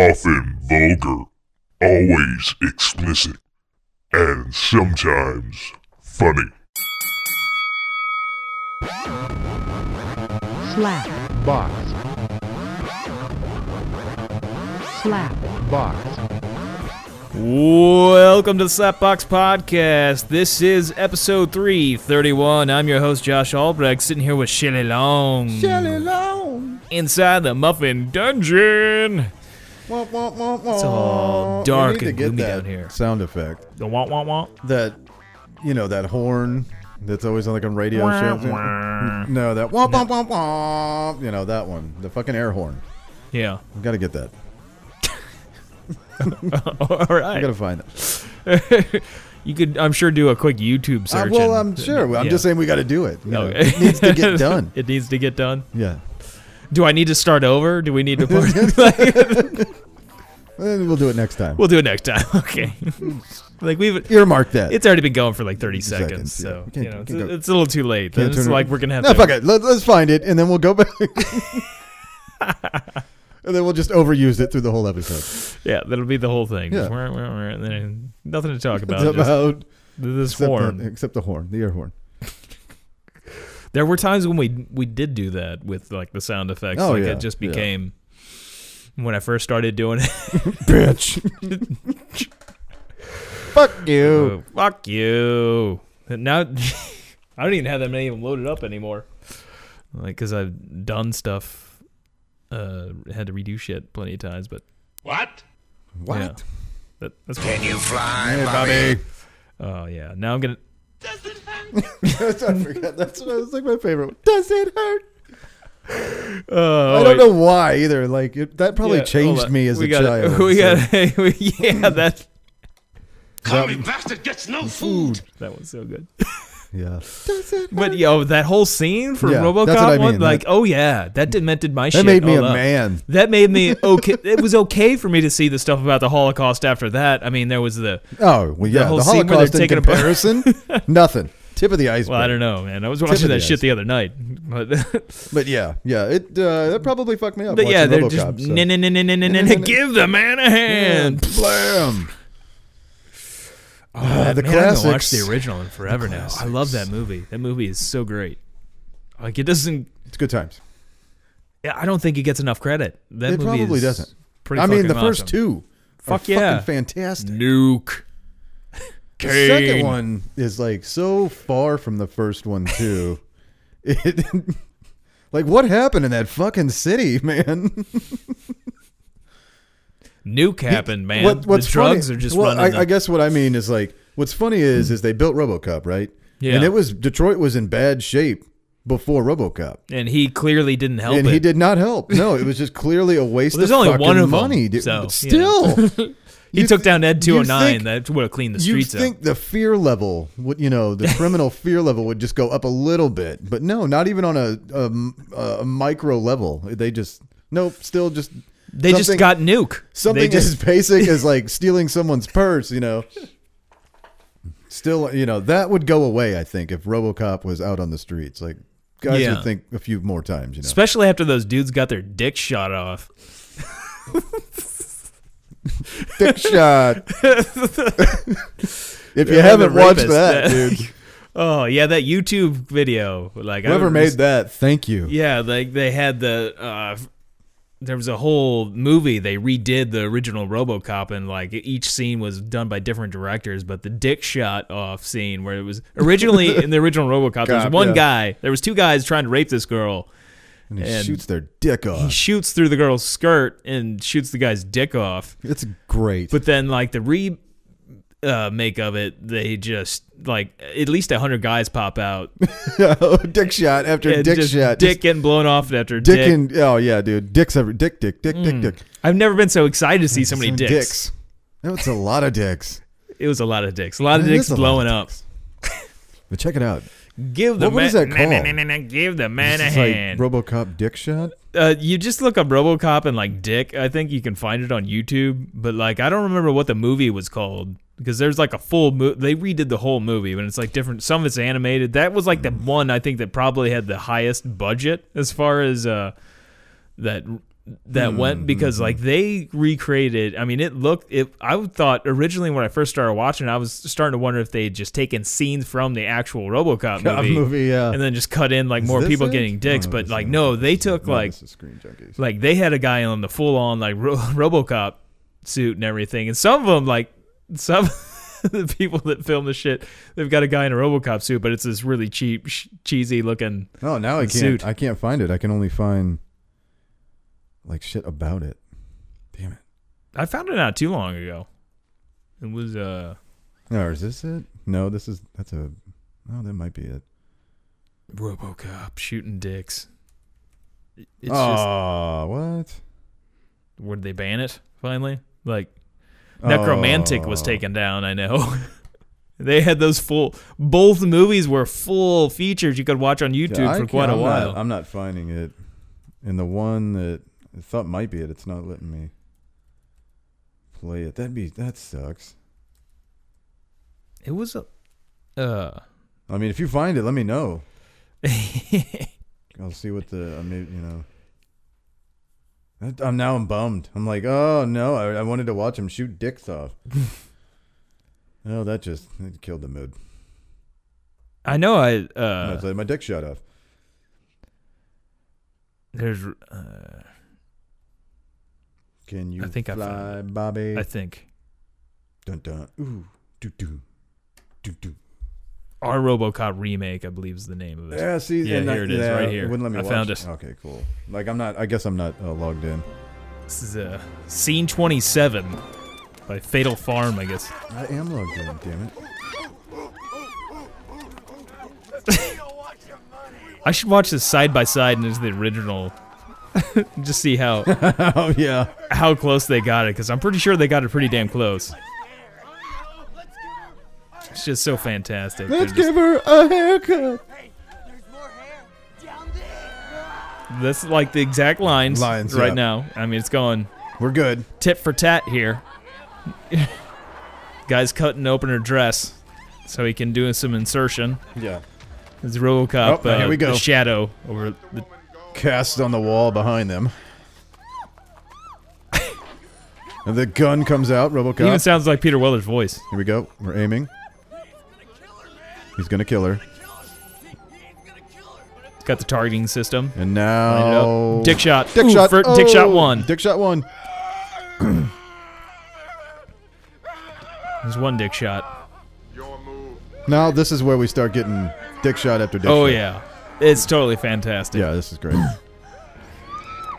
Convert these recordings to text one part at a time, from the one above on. often vulgar, always explicit, and sometimes funny. slap box, slap box. Welcome to the Slapbox Podcast. This is episode 331. I'm your host, Josh Albrecht, sitting here with Shelly Long. long. Inside the Muffin Dungeon. Wah, wah, wah, wah. It's all We dark need to and get gloomy that down here. Sound effect. The wah wah wah. That, you know, that horn that's always on like on radio shows. wah. No, that wah, wah, wah, wah. You know, that one. The fucking air horn. Yeah. We gotta get that. All I right. gotta find it. Uh, you could, I'm sure, do a quick YouTube Uh, search. well, I'm and- sure. I'm yeah. just saying we gotta do it. you know. Okay. It needs to get done. it needs to get done. Yeah. Do I need to start over? Do we need to? Part- And we'll do it next time. we'll do it next time. Okay. like we've Earmark that. It's already been going for like 30 seconds, seconds, yeah. so We can't- you know, we it's, can't go- it's a little too late. Can't It's turn it- like we're gonna have no, to. fuck it. Let, let's find it, and then we'll go back. and then we'll just overuse it through the whole episode. Yeah, that'll be the whole thing. Yeah. Wah, wah, wah, and then nothing to talk It's about. just about this except the, horn. except the horn, the air horn. There were times when we we did do that with like the sound effects. Oh, like yeah, it just yeah. became. When I first started doing it, Bitch. Fuck you. oh, fuck you. And now I don't even have that many of them loaded up anymore. Like, cause I've done stuff, uh, had to redo shit plenty of times. But What? yeah, that, that's cool. Hey, Bobby. Oh yeah. Now I'm gonna. I forgot. That's what I was like my favorite. one. Does it hurt? Oh, I don't know why either. Like it, that probably Yeah, hold changed on. me as we a gotta, child. We so- got we, yeah, that Hungry bastard gets no food. that was so good. Yeah. Does it? But yo, that whole scene from Yeah, that's RoboCop what I one, mean. like, oh yeah, that demented my That shit. made me all a up. man. That made me okay. it was okay for me to see the stuff about the Holocaust after that. I mean, there was the Oh well, yeah. The, whole scene where they're Holocaust in taking a bu- comparison, nothing. Tip of the iceberg. well, I don't know, man. I was watching the that ice. shit the other night, but But yeah, yeah, it uh, that probably fucked me up. but yeah, watching they're RoboCop, just so. nin- nin- nin- nin- nin- nin- nin- give the man a hand. blam. Oh, Ah, the man, I haven't watched classics. the original in forever now. I love that movie. That movie is so great. Like it doesn't It's good times. Yeah, I don't think it gets enough credit. That It movie probably is doesn't. Pretty I mean, fucking the first awesome. two are Fuck yeah. fucking fantastic. Nuke. The second one is like so far from the first one too. it like what happened in that fucking city, man? Nuke happened, man. What, what's the drugs funny, are just well, running. I, I guess what I mean is like what's funny is is they built RoboCop right, Yeah. and it was Detroit was in bad shape before RoboCop. the- and he clearly didn't help and it. he did not help. No, it was just clearly a waste Well, there's of only fucking one of 'em, money. dude. so, But you know. still, He you took th- down Ed you 209. think- That would have cleaned the you streets think the fear level would, you know, the criminal fear level would just go up a little bit, but no, not even on a a, a micro level. They just nope, still just up. They just something- got nuke. something they just as basic as like stealing someone's purse, you know. Still, you know, that would go away. I think if RoboCop was out on the streets, like guys Yeah. would think a few more times, you know. especially after those dudes got their dick shot off. Dick shot. if you Yeah, the haven't watched rapist, that, yeah. dude, Oh yeah, that YouTube video. Like I whoever was- made that, thank you. Yeah, like they had the uh there was a whole movie they redid the original RoboCop and like each scene was done by different directors, but the dick shot off scene where it was originally in the original RoboCop there was Cop, one yeah. guy, there was two guys trying to rape this girl. And he And- shoots their dick He off. shoots through the girl's skirt and shoots the guy's dick off. It's great. But then like the re uh, make of it, they just like at least a hundred guys pop out. Oh, dick shot after and dick just shot. dick Just getting blown off after dick, dick. and oh yeah, dude, dicks every dick, dick, dick, dick, dick. I've never been so excited to see so many Some dicks. That's a lot of dicks. It was a lot of dicks. A lot of It is dicks a lot blowing of up. But check it out. Give the What- what man. is that nah, nah, called? nah, nah, nah, give the man a It's like hand. RoboCop dick shot. uh, you just look up RoboCop and like Dick. I think you can find it on YouTube. But like, I don't remember what the movie was called because there's like a full movie. They redid the whole movie, and it's like different. Some of it's animated. That was like the Mm. one I think that probably had the highest budget as far as uh, that that Mm, went because like they recreated i mean it looked it i would thought originally when i first started watching it, i was starting to wonder if they had just taken scenes from the actual robocop Cop movie, movie, yeah. and then just cut in like more this people it? getting dicks Oh, but this like is- no they took No, like this is Screen Junkies. like they had a guy on the full on like ro- RoboCop suit and everything, and some of them like some of the people that film the shit, they've got a guy in a RoboCop suit, but it's this really cheap, sh- cheesy looking. oh, now I can't. Suit. I can't find it. I can only find like shit about it. Damn it. I found it out too long ago. It was uh No, Oh, is this it? No, this is that's a. No, that might be it. RoboCop shooting dicks. It- It's just Aw, what? would they ban it finally? Like Necromantic was Oh. taken down, I know. they had those full both movies were full features you could watch on YouTube Yeah, I for can't- quite a I'm not- while. I'm not finding it. And the one that I thought might be it, it's not letting me play it. That'd be that sucks. It was a. Uh, I mean, if you find it, let me know. I'll see what the I mean, you know. That- I'm now I'm bummed. I'm like, oh no, I, I wanted to watch him shoot dicks off. oh, that just it killed the mood. I know I. I Uh, was like, my dick shot off. there's. Uh, Can you I think I fly, found Bobby? I think dun dun. Ooh, doo doo, doo doo. our RoboCop remake, I believe, is the name of it. Yeah, see, Yeah, and I- here it is, yeah, right here. Wouldn't let me I watch found it. it. Okay, cool. Like I'm not. I guess I'm not uh, logged in. This is uh, scene 27 by Fatal Farm, I guess. I am logged in. Damn it. I should watch this side by side and as the original. Just see how Oh yeah. how close they got it, because I'm pretty sure they got it pretty damn close. It's just so fantastic. They're Let's just- give her a haircut. that's like the exact lines, Lines, right yeah. now. I mean, it's going. We're good. tit for tat here. Guy's cutting open her dress so he can do some insertion. Yeah. It's Robocop. Oh, uh, here we go. The shadow over the. Cast on the wall behind them. and the gun comes out. It even RoboCop. sounds like Peter Weller's voice. Here we go. We're aiming. He's gonna kill her. It's got the targeting system. And Line it up. now Dick shot. Oh. Dick Ooh, shot. for- dick shot Oh, one. Dick shot one. There's one dick shot. Now this is where we start getting dick shot after dick Oh shot. yeah, it's totally fantastic. Yeah, this is great.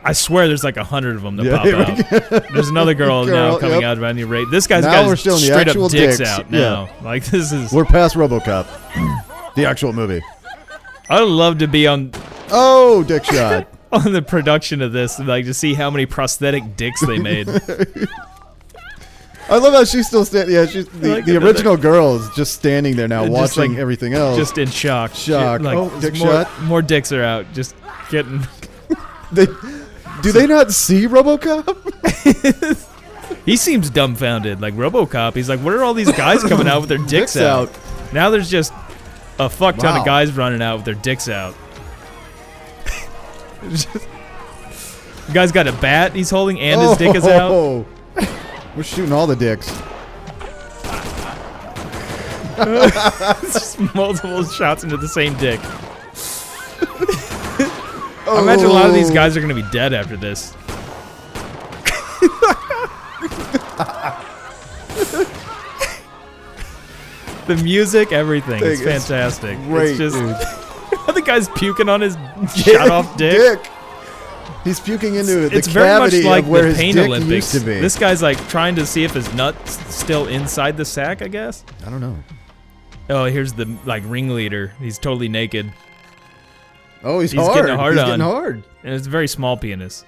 I swear, there's like a hundred of them that Yeah, here we pop out. There's another girl, Girl, now coming out yep. at any rate. This guy's Now got we're his still in the straight actual up dicks, dicks. out Yeah. now. Like this is. We're past RoboCop, the actual movie. I'd love to be on Oh, dick shot. on the production of this, and like to see how many prosthetic dicks they made. I love how she's still standing. Yeah, she's the, like the another- original girl is just standing there now, Just watching like- everything else. just in shock. Shock. Shit, Like, Oh, there's dick more, shot. More dicks are out. Just getting. They- do they not see RoboCop? He seems dumbfounded. Like RoboCop. He's like, what are all these guys coming out with their dicks, Dicks out. Now there's just a fuck ton Wow. of guys running out with their dicks out. It's just- the guy's got a bat he's holding and his dick is out. Oh. We're shooting all the dicks. It's just multiple shots into the same dick. I imagine a lot of these Oh. guys are gonna be dead after this. the music, everything, it's Thing is fantastic. Oh, Great, it's just dude. the guy's puking on his shot off dick. He's puking into the It's very much cavity like of where the his Pain dick Olympics. used to be. This guy's like trying to see if his nuts still inside the sack, I guess. I don't know. Oh, here's the like ringleader. He's totally naked, Oh, he's, He's hard. getting hard he's on. getting hard. and it's a very small penis.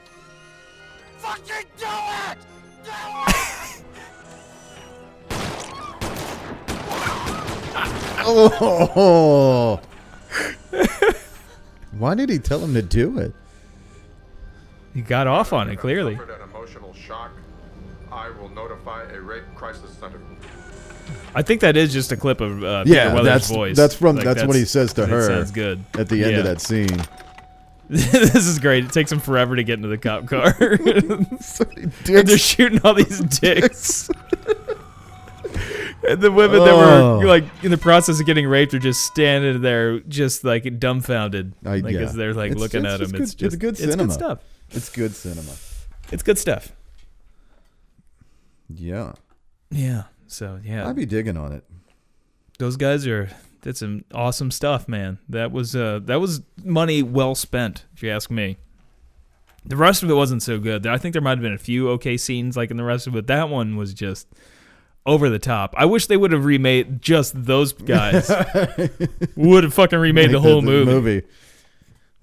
Fucking do it! Do it! Oh. Why did he tell him to do it? He got off on it clearly. Suffered an emotional shock. I will notify a rape crisis center. I think that is just a clip of uh, Yeah, Peter Weller's that's- voice. that's from- that's what he says to that her Sounds good At the end Yeah. of that scene. this is great. It takes them forever to get into the cop car. They're Dicks. shooting all these dicks. and the women that were Oh. like in the process of getting raped are just standing there, just like dumbfounded. I- like yeah. as they're like It's- looking it's at just them. good- It's it's just good It's good cinema. stuff. It's good cinema. It's good stuff. Yeah. Yeah. So yeah, I'd be digging on it. those guys are. That's some awesome stuff, man. That was uh, that was money well spent, if you ask me. The rest of it wasn't so good. I think there might have been a few okay scenes, like in the rest of it. That one was just over the top. I wish they would have remade just those guys. would have fucking remade the Like whole movie.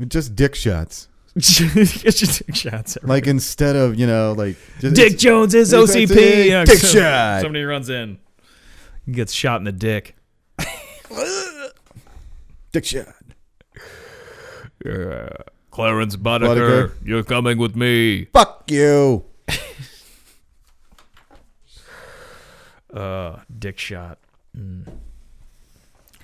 Just dick shots. it's just dick shots. everywhere. Like instead of, you know, like just, Dick it's- Jones is That's OCP. it. You know, Dick so- shot. Somebody runs in, and gets shot in the dick. dick shot. Clarence Boddicker, Boddicker. you're coming with me. Fuck you. Uh, dick shot.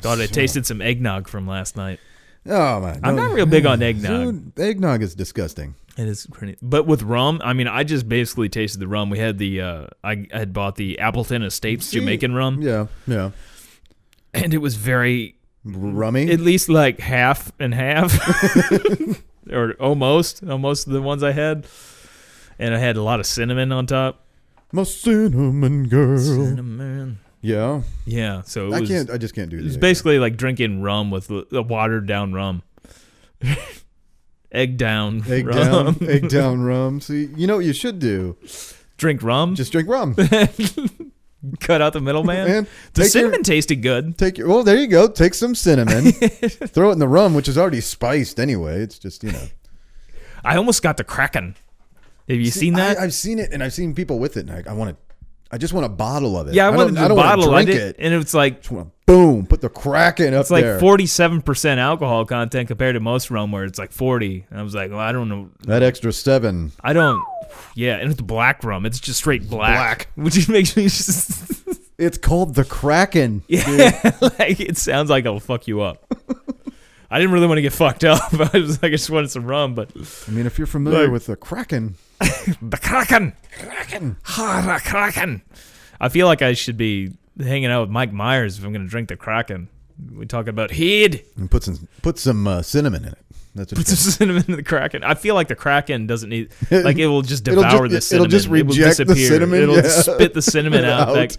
Thought I tasted some eggnog from last night. Oh man. I'm no. not real big on eggnog. Dude, eggnog is disgusting. It is pretty, but with rum, I mean, I just basically tasted the rum. We had the, uh, I I had bought the Appleton Estates Jamaican rum, Yeah, yeah. and it was very, Rummy. at least like half and half, or almost, almost the ones I had, and I had a lot of cinnamon on top. My cinnamon girl. Cinnamon. Yeah. Yeah, so it I was. can't I just can't do It was this. basically like drinking rum with l- uh, watered down rum. Egg down egg rum. down egg down rum. See, you know what you should do? Drink rum. Just Just drink rum. cut out the middleman. Man, the take your- cinnamon tasted good. Take your well, there you go. Take some cinnamon, throw it in the rum, which is already spiced anyway. It's just you know. I almost got the kraken. Have you seen that? I, have seen it, and I've seen people with it, and I, I want to. I just want a bottle of it. yeah, I, want wanted I the don't wanna bottle. I drink did- and it's like Just wanna boom, put the Kraken up it's like there. forty seven percent alcohol content compared to most rum where it's like forty. And I was like, well, I don't know, that extra seven. I don't. Yeah, and it's black rum. It's just straight black, which makes me just It's called the Kraken. like it sounds like it'll fuck you up. I didn't really want to get fucked up. I was like, I just wanted some rum, but I mean, if you're familiar Like- with the Kraken, the kraken, kraken, ha, the kraken. I feel like I should be hanging out with Mike Myers if I'm going to drink the kraken. We talking about head. and put some put some uh, cinnamon in it. That's what Put some cinnamon in the kraken. I feel like the kraken doesn't need like it will just It'll devour the just- cinnamon. it'll just will reject the disappear. cinnamon, It'll yeah. spit the cinnamon out. Out. Like,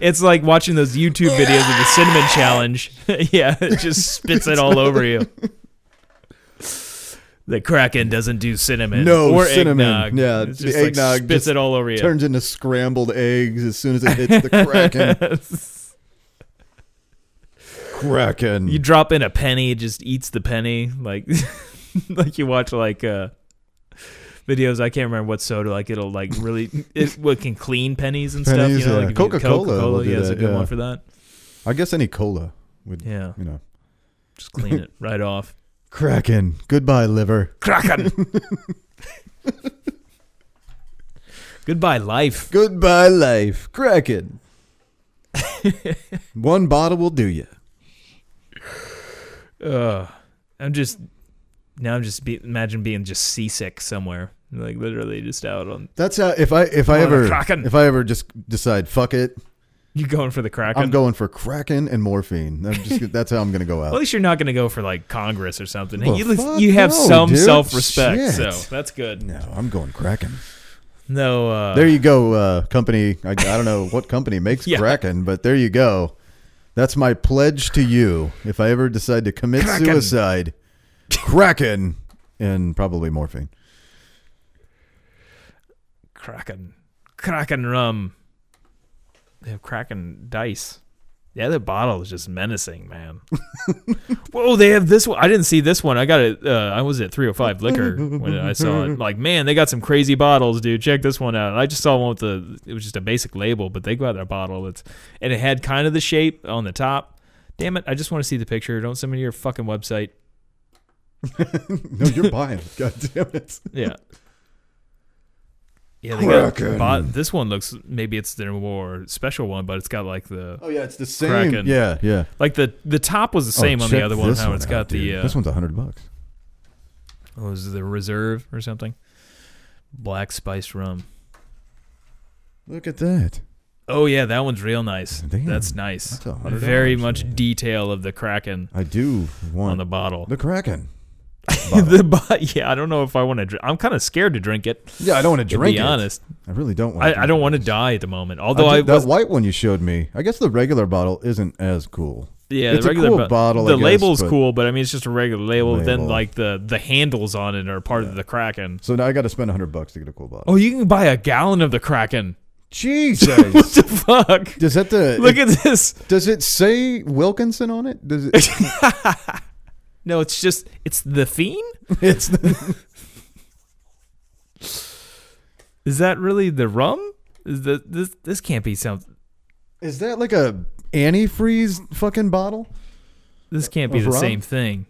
it's like watching those YouTube videos of the cinnamon challenge. yeah, it just spits it all over you. The kraken doesn't do cinnamon. No or cinnamon. Eggnog. Yeah, it's the just like eggnog spits just it all over you. turns into scrambled eggs as soon as it hits the Kraken. Kraken. you drop in a penny, it just eats the penny. Like like you watch like uh videos I can't remember what soda like it'll like really it what can clean pennies and stuff, Pennies, you know, yeah. like if you- Coca-Cola will Coca-Cola, do yeah, it's a that, good yeah. one for that. I guess any cola would. Yeah. You know. Just clean it right off. Kraken. Goodbye, liver. Kraken. Goodbye life. Goodbye, life. Kraken. One bottle will do you. Ugh. I'm just now I'm just be, imagine being just seasick somewhere. Like literally just out on That's how. If I if Oh, I the ever Kraken. if I ever just decide fuck it, you going for the Kraken. I'm going for Kraken and morphine. I'm just, that's how I'm gonna go Well, at out. least you're not going to go for like Congress or something. Well, you, at least- fuck you have no, some dude. self respect, so Shit. that's good. No, I'm going Kraken. No, uh, There you go, uh, company. I, I don't know what company makes Yeah. Kraken, but there you go. That's my pledge to you. If I ever decide to commit Kraken. suicide, Kraken and probably morphine. Kraken, Kraken rum. They have Kraken dice. The other bottle is just menacing, man. Whoa, they have this one. I didn't see this one. I got it. Uh, I was at 305 Liquor when I saw it. Like, man, they got some crazy bottles, dude. Check this one out. I just saw one with the. It was just a basic label, but they got a bottle that's, and it had kind of the shape on the top. Damn it! I just want to see the picture. Don't send me to your fucking website. No, you're buying. it. God damn it. Yeah. Yeah, they got Kraken. bot, this one looks maybe it's their more special one, but it's got like the Oh yeah, it's the same. Kraken. Yeah, yeah. like the the top was the same Oh, on the check other one. this How it's out, got the dude. uh, this one's a hundred bucks. It was the reserve or something. Black spiced rum. Look at that. Oh yeah, that one's real nice. Damn. That's nice. That's a hundred Very dollars, much detail of the kraken I do want on the bottle. the Kraken. the bo- yeah, I don't know if I want to. Dr- I'm kind of scared to drink it. Yeah, I don't want to To drink be it. honest, I really don't want. I, I don't want to die at the moment. Although I, I did- that was, white one you showed me. I guess the regular bottle isn't as cool. yeah, it's the regular a cool bo- bottle. I The guess, label's but- cool, but I mean it's just a regular label. Then Label. like the the handles on it are part of the kraken. So now I got to spend hundred bucks to get a cool bottle. Oh, you can buy a gallon of the kraken. Jesus! What the fuck? does that the Look at this. Does it say Wilkinson on it? Does it? No, it's just it's the fiend. it's the, Is that really the rum? Is the this this can't be something. is that like a antifreeze fucking bottle? This can't be Of the rum? same thing.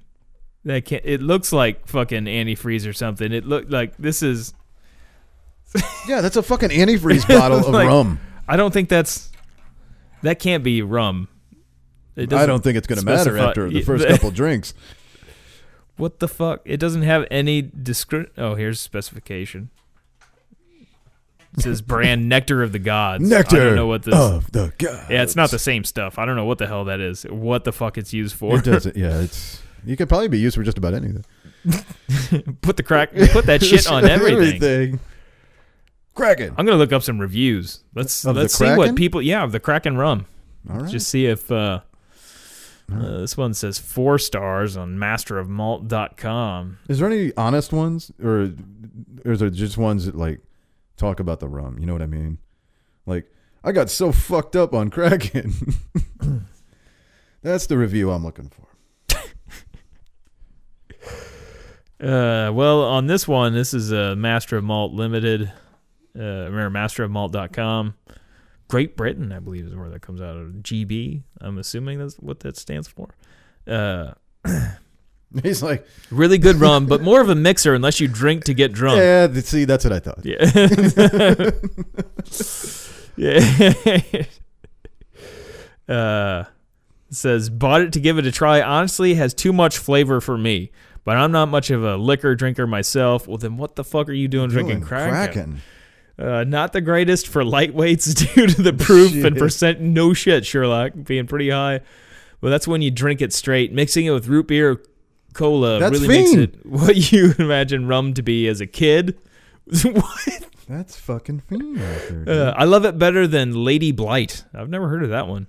That can't. It looks like fucking antifreeze or something. It looked like this is. Yeah, that's a fucking antifreeze bottle of Like, rum. I don't think that's. That can't be rum. It I doesn't- don't think it's gonna matter specify- after the y- first couple drinks. What the fuck? It doesn't have any description. Oh, here's specification. It says brand Nectar of the Gods. Nectar. Oh. I don't know what this. Of the gods. yeah, it's not the same stuff. I don't know what the hell that is. What the fuck it's used for? It doesn't. Yeah, it's. You could probably be used for just about anything. put the crack. Put that shit on everything. Kraken. I'm gonna look up some reviews. Let's Of the let's see what Kraken? people. Yeah, of the Kraken rum. All right. Just see if uh, uh, this one says four stars on masterofmalt.com. Is there any honest ones, or, or is there just ones that like talk about the rum? You know what I mean? Like, I got so fucked up on Kraken. That's the review I'm looking for. Uh, well, on this one, this is uh, Master of Malt Limited. Uh, remember masterofmalt.com. Great Britain, I believe, is where that comes out of. GB, I'm assuming that's what that stands for. Uh, He's like, really good rum, but more of a mixer unless you drink to get drunk. yeah, th- see, that's what I thought. Yeah. yeah. uh, it says bought it to give it a try. Honestly, has too much flavor for me. But I'm not much of a liquor drinker myself. Well, then what the fuck are you doing drinking Doing Kraken? Uh, not the greatest for lightweights due to the proof and Shit. percent. No shit, Sherlock, being pretty high. Well, that's when you drink it straight. Mixing it with root beer, or cola That's really makes fiend. it what you imagine rum to be as a kid. what? That's fucking fiend right there. dude. Uh, I love it better than Lady Blight. I've never heard of that one.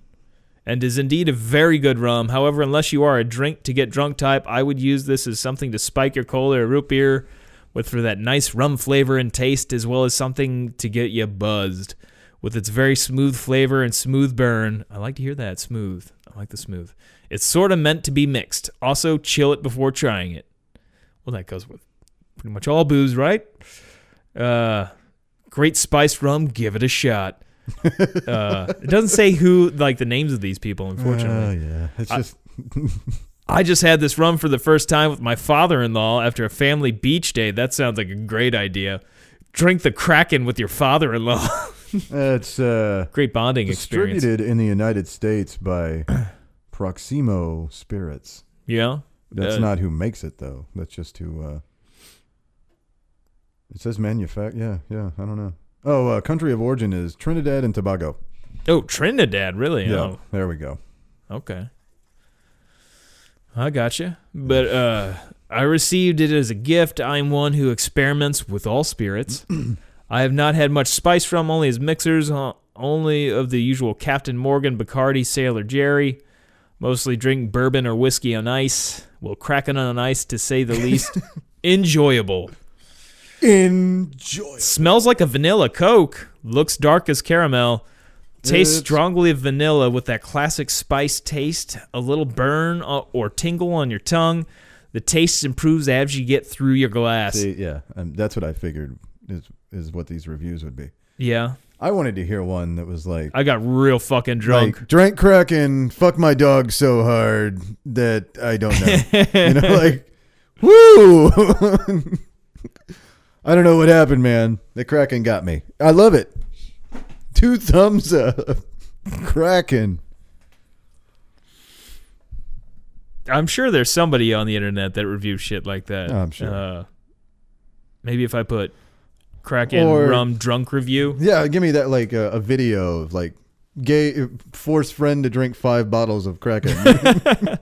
And is indeed a very good rum. However, unless you are a drink to get drunk type, I would use this as something to spike your cola or root beer with for that nice rum flavor and taste, as well as something to get you buzzed. With its very smooth flavor and smooth burn. I like to hear that smooth. I like the smooth. It's sort of meant to be mixed. Also, chill it before trying it. Well, that goes with pretty much all booze, right? Uh, great spiced rum. Give it a shot. uh, it doesn't say who like the names of these people. Unfortunately, Oh, yeah. It's I- just I just had this rum for the first time with my father-in-law after a family beach day. That sounds like a great idea. Drink the Kraken with your father-in-law. it's uh, great bonding experience. distributed in the United States by Proximo Spirits. Yeah. That's Uh, not who makes it though. That's just who. Uh, it says manufact. Yeah, yeah. I don't know. Oh, uh, country of origin is Trinidad and Tobago. Oh, Trinidad, really? Yeah, Oh, there we go. Okay. I gotcha. But uh I received it as a gift. I'm one who experiments with all spirits. I have not had much spice from only as mixers, uh, only of the usual Captain Morgan, Bacardi, Sailor Jerry. Mostly drink bourbon or whiskey on ice. Well, cracking on ice to say the least. Enjoyable. Enjoy. Smells like a vanilla Coke. Looks dark as caramel. Tastes It's- strongly of vanilla with that classic spice taste. A little burn o- or tingle on your tongue. The taste improves as you get through your glass. See, yeah, um, that's what I figured is is what these reviews would be. Yeah, I wanted to hear one that was like, I got real fucking drunk. like drank crack and fuck my dog so hard that I don't know. you know, like, woo. I don't know what happened, man. The Kraken got me. I love it. Two thumbs up. Kraken. I'm sure there's somebody on the internet that reviews shit like that. Oh, I'm sure. Uh, maybe if I put Kraken Or- rum drunk review. Yeah, give me that like uh, a video of like gay force friend to drink five bottles of Kraken. oh,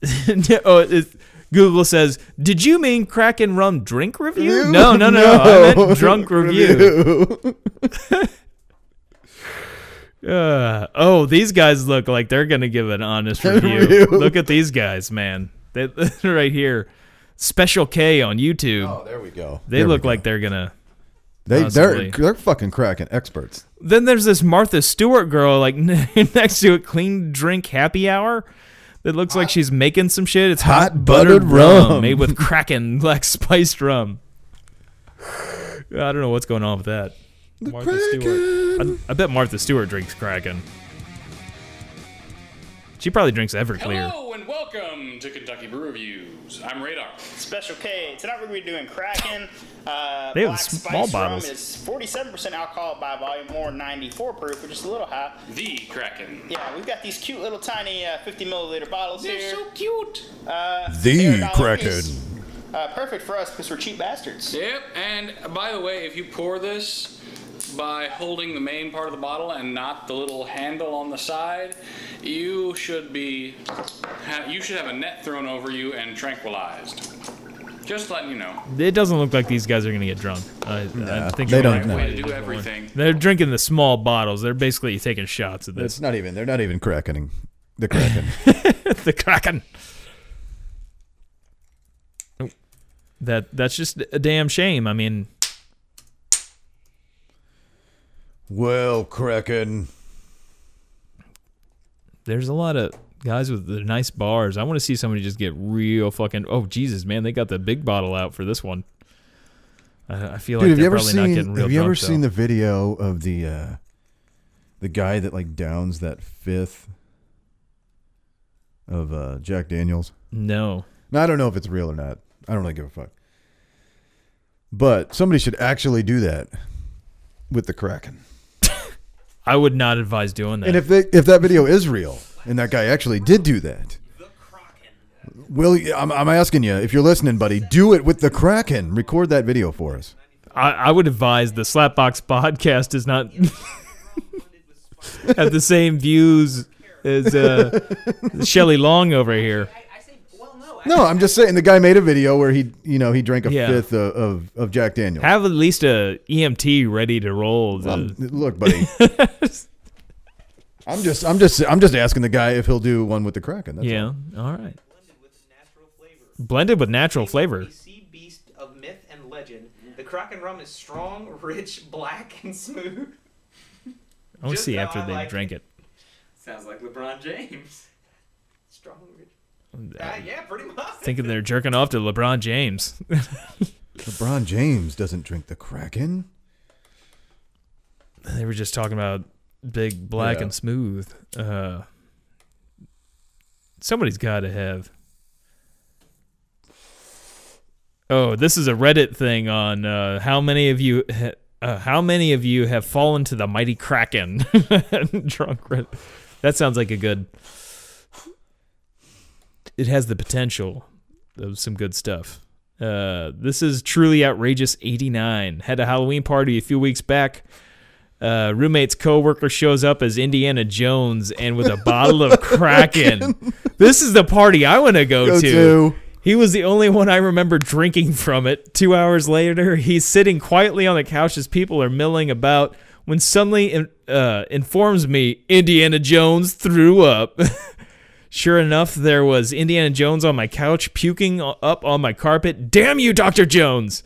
it's, Google says, "Did you mean Kraken rum drink review?" No, no, no. I meant drunk review. Uh, oh, these guys look like they're gonna give an honest review. Review. look at these guys, man. They, right here, Special K on YouTube. Oh, there we go. they There we look go. like they're gonna. they possibly. they're they're fucking Kraken experts. Then there's this Martha Stewart girl, like next to a clean drink happy hour. That looks Uh, like she's making some shit. It's hot, Hot buttered, buttered rum, rum. made with Kraken, like spiced rum. I don't know what's going on with that. Martha Stewart. I, I bet Martha Stewart drinks Kraken. She probably drinks Everclear. Hello and welcome to Kentucky Brew Reviews. I'm Radar. Special K. Tonight we're going to be doing Kraken. Uh, They have Black small Spice bottles. Rum is 47% alcohol by volume, or 94 proof, which is a little high. The Kraken. Yeah, we've got these cute little tiny uh, 50 milliliter bottles They're here. so cute. They're a The dollar Kraken. apiece. Uh, perfect for us because we're cheap bastards. Yep. And by the way, if you pour this by holding the main part of the bottle and not the little handle on the side, you should be ha- you should have a net thrown over you and tranquilized. Just letting you know. It doesn't look like these guys are gonna get drunk. I, I think they you're don't right. know. Way to do everything. They're drinking the small bottles. They're basically taking shots of this. It's not even. They're not even Krakening. The Kraken. the Kraken. Oh. That that's just a damn shame. I mean, well, Kraken. there's a lot of guys with the nice bars. I want to see somebody just get real fucking. Oh Jesus, man, they got the big bottle out for this one. I, I feel like Dude, have you they're ever probably not seen? getting real Have you ever drunk, seen though. the video of the uh, the guy that like downs that fifth of uh, Jack Daniels? No, Now, I don't know if it's real or not. I don't really give a fuck. But somebody should actually do that with the Kraken. I would not advise doing that. And if they, if that video is real and that guy actually did do that, will you, I'm, I'm asking you if you're listening, buddy, do it with the Kraken. Record that video for us. I, I would advise the Slapbox podcast is not have the same views as uh, Shelley Long over here. No, I'm just saying the guy made a video where he you know he drank a Yeah. fifth of, of, of Jack Daniels. Have at least a EMT ready to roll. The, Um, look, buddy. I'm just, I'm just, I'm just asking the guy if he'll do one with the Kraken. That's all. yeah, all right. blended with natural flavor. Blended with natural flavor. A sea beast of myth and legend, the Kraken rum is strong, rich, black, and smooth. I want to Just see how after I they like drink it. Sounds like LeBron James. Strong, rich. Uh, yeah, pretty much. Thinking they're jerking off to LeBron James. LeBron James doesn't drink the Kraken. they were just talking about big, black, Yeah. and smooth. Uh, somebody's got to have. Oh, this is a Reddit thing on uh, how many of you. Ha- uh, how many of you have fallen to the mighty kraken? Drunk Reddit. That sounds like a good. It has the potential of some good stuff. Uh, this is truly outrageous. Eighty nine had a Halloween party a few weeks back. Uh, roommate's coworker shows up as Indiana Jones and with a bottle of Kraken. This is the party I want to go, Go to. to. He was the only one I remember drinking from it. Two hours later, he's sitting quietly on the couch as people are milling about when suddenly in- uh, informs me Indiana Jones threw up. Sure enough, there was Indiana Jones on my couch, puking o- up on my carpet. Damn you, Dr. Jones!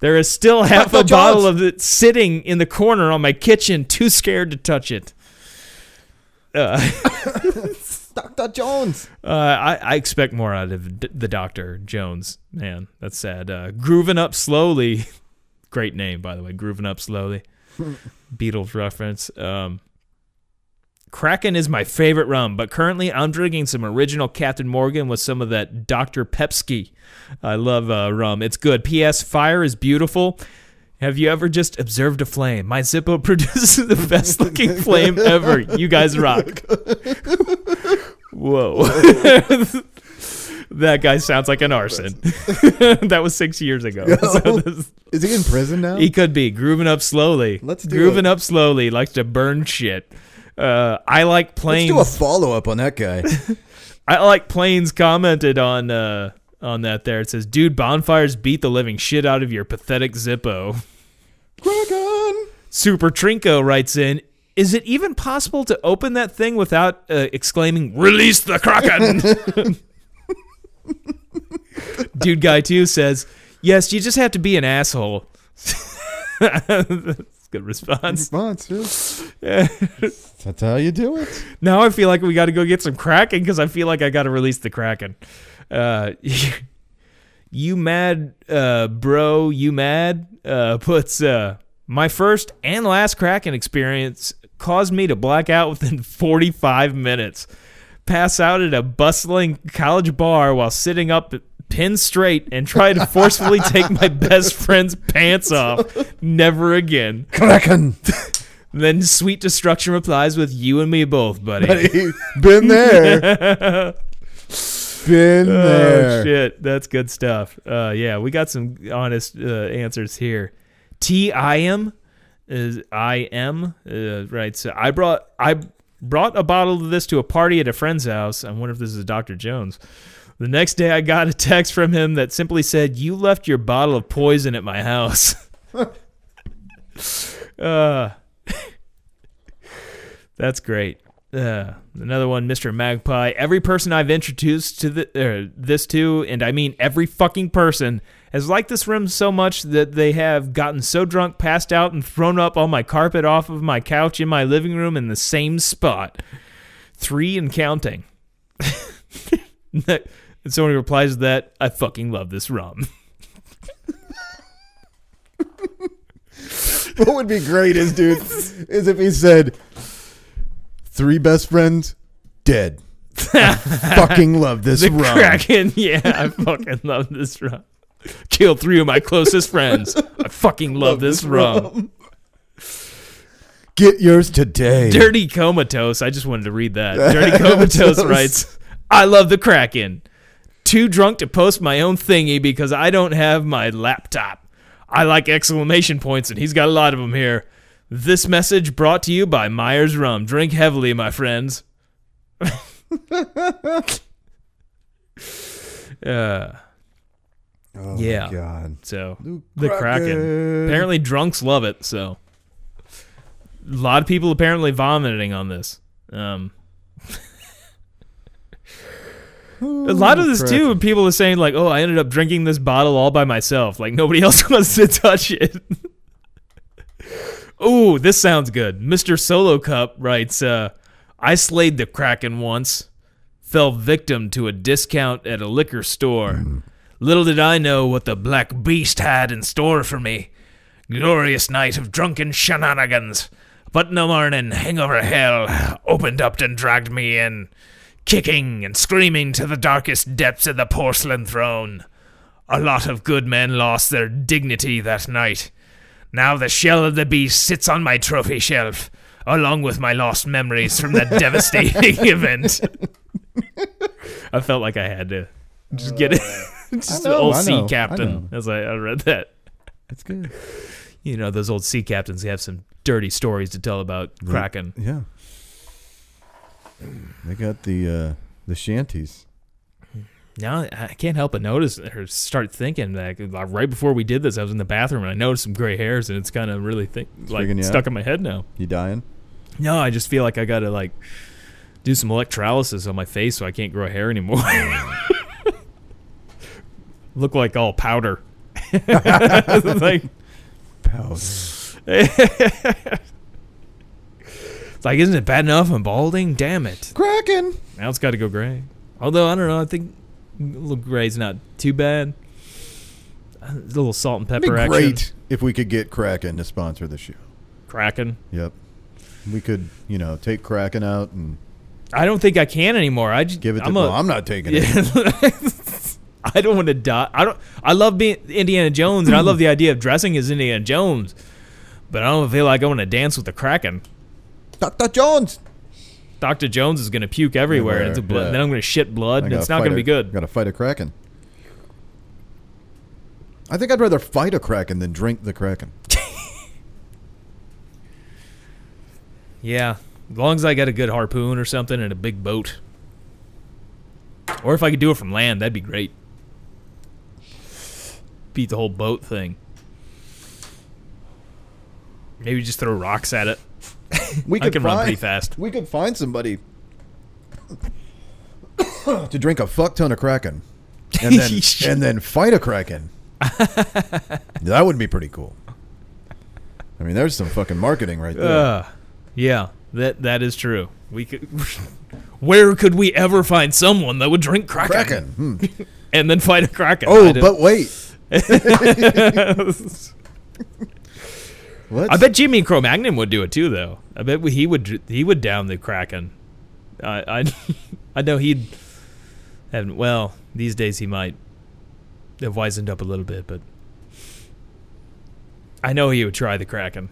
There is still half a Jones. bottle of it sitting in the corner on my kitchen, too scared to touch it. Dr. Jones. Uh, I, I expect more out of D- the Doctor Jones. Man, that's sad. Uh, Grooving up slowly. Great name, by the way. Grooving up slowly. Beatles reference. Um, Kraken is my favorite rum, but currently I'm drinking some original Captain Morgan with some of that Dr. Pepsi. I love uh, rum. It's good. P.S. Fire is beautiful. Have you ever just observed a flame? My Zippo produces the best looking flame ever. You guys rock. Whoa. that guy sounds like an arson. that was six years ago. So this- Is he in prison now? he could be grooving up slowly. Let's do grooving it. up slowly. Likes to burn shit. Uh, I like Let's planes. do a follow up on that guy. I like planes commented on uh on that there. It says, "Dude, bonfires beat the living shit out of your pathetic Zippo." Kraken! Super Trinko writes in, "Is it even possible to open that thing without uh, exclaiming, "Release the Kraken!" Dude guy 2 says, "Yes, you just have to be an asshole." That's a good response. Responses. That's how you do it. Now I feel like we got to go get some Kraken because I feel like I got to release the Kraken. Uh, you mad, uh, bro? You mad? Uh, puts uh, my first and last Kraken experience caused me to black out within 45 minutes, pass out at a bustling college bar while sitting up. Pin straight and try to forcefully take my best friend's pants off. Never again. Kraken. Then sweet destruction replies with "You and me both, buddy." Been there. Been Oh there. shit, that's good stuff. Uh, yeah, we got some honest uh, answers here. T I M is I M uh, right. So I brought I brought a bottle of this to a party at a friend's house. I wonder if this is Dr. Jones. The next day, I got a text from him that simply said, "You left your bottle of poison at my house." uh, that's great. Uh, another one, Mr. Magpie. Every person I've introduced to the, uh, this to, and I mean every fucking person, has liked this room so much that they have gotten so drunk, passed out, and thrown up on my carpet off of my couch in my living room in the same spot. Three and counting. and someone replies to that, I fucking love this rum. What would be great is, dude, is if he said, three best friends dead. I fucking love this The rum. Kraken, yeah, I fucking love this rum. Killed three of my closest friends. I fucking love, this, rum. Get yours today. Dirty Comatose. I just wanted to read that. Dirty Comatose writes, I love the Kraken. Too drunk to post my own thingy because I don't have my laptop. I like exclamation points, and he's got a lot of them here. This message brought to you by Myers Rum. Drink heavily, my friends. uh, Oh, Yeah. My God. so Luke the Kraken. Kraken. Apparently, drunks love it. So, a lot of people apparently vomiting on this. Um, a lot of this too. People are saying like, "Oh, I ended up drinking this bottle all by myself. Like nobody else wants to touch it." oh, this sounds good. Mister Solo Cup writes, uh, "I slayed the Kraken once." Fell victim to a discount at a liquor store. Little did I know what the black beast had in store for me. Glorious night of drunken shenanigans. But no morning, hangover hell opened up and dragged me in, kicking and screaming to the darkest depths of the porcelain throne. A lot of good men lost their dignity that night. Now the shell of the beast sits on my trophy shelf, along with my lost memories from that devastating event. I felt like I had to just get it. just know, old I know, sea I captain know. as I, I read that. That's good. You know, those old sea captains have some dirty stories to tell about Kraken. Yeah. They got the uh, the shanties. Now I can't help but notice or start thinking that like, right before we did this, I was in the bathroom and I noticed some gray hairs, and it's kind of really thick, like freaking you stuck out? in my head now. You dying? No, I just feel like I gotta like do some electrolysis on my face so I can't grow hair anymore. Look like all powder. like, Powder. like, isn't it bad enough I'm balding? Damn it. Kraken. Now it's got to go gray. Although I don't know, I think a little gray's not too bad. Uh, A little salt and It'd pepper be action. great if we could get Kraken to sponsor the show. Kraken. Yep. We could, you know, take Kraken out and I don't think I can anymore. I just give it to. I'm well, a- I'm not taking it. Yeah. I don't want to die. I don't. I love being Indiana Jones, and I love the idea of dressing as Indiana Jones. But I don't feel like I want to dance with the Kraken. Doctor Jones. Dr. Jones is going to puke everywhere. Everywhere, It's a blo- yeah. Then I'm going to shit blood, and gotta it's not going fight to a- be good. Got to fight a kraken. I think I'd rather fight a kraken than drink the kraken. Yeah. As long as I got a good harpoon or something and a big boat. Or if I could do it from land, that'd be great. Beat the whole boat thing. Maybe just throw rocks at it. We I could can find, run pretty fast. We could find somebody to drink a fuck ton of kraken, and then and then fight a kraken. that would be pretty cool. I mean, there's some fucking marketing right there. Uh, yeah, that that is true. We could. Where could we ever find someone that would drink kraken, kraken. Hmm. and then fight a kraken? I Oh, don't- but wait. Let's, I bet Jimmy Cro-Magnon would do it too, though. I bet he would he would down the kraken. I I, I know he'd. And well, these days he might have wisened up a little bit, but I know he would try the kraken.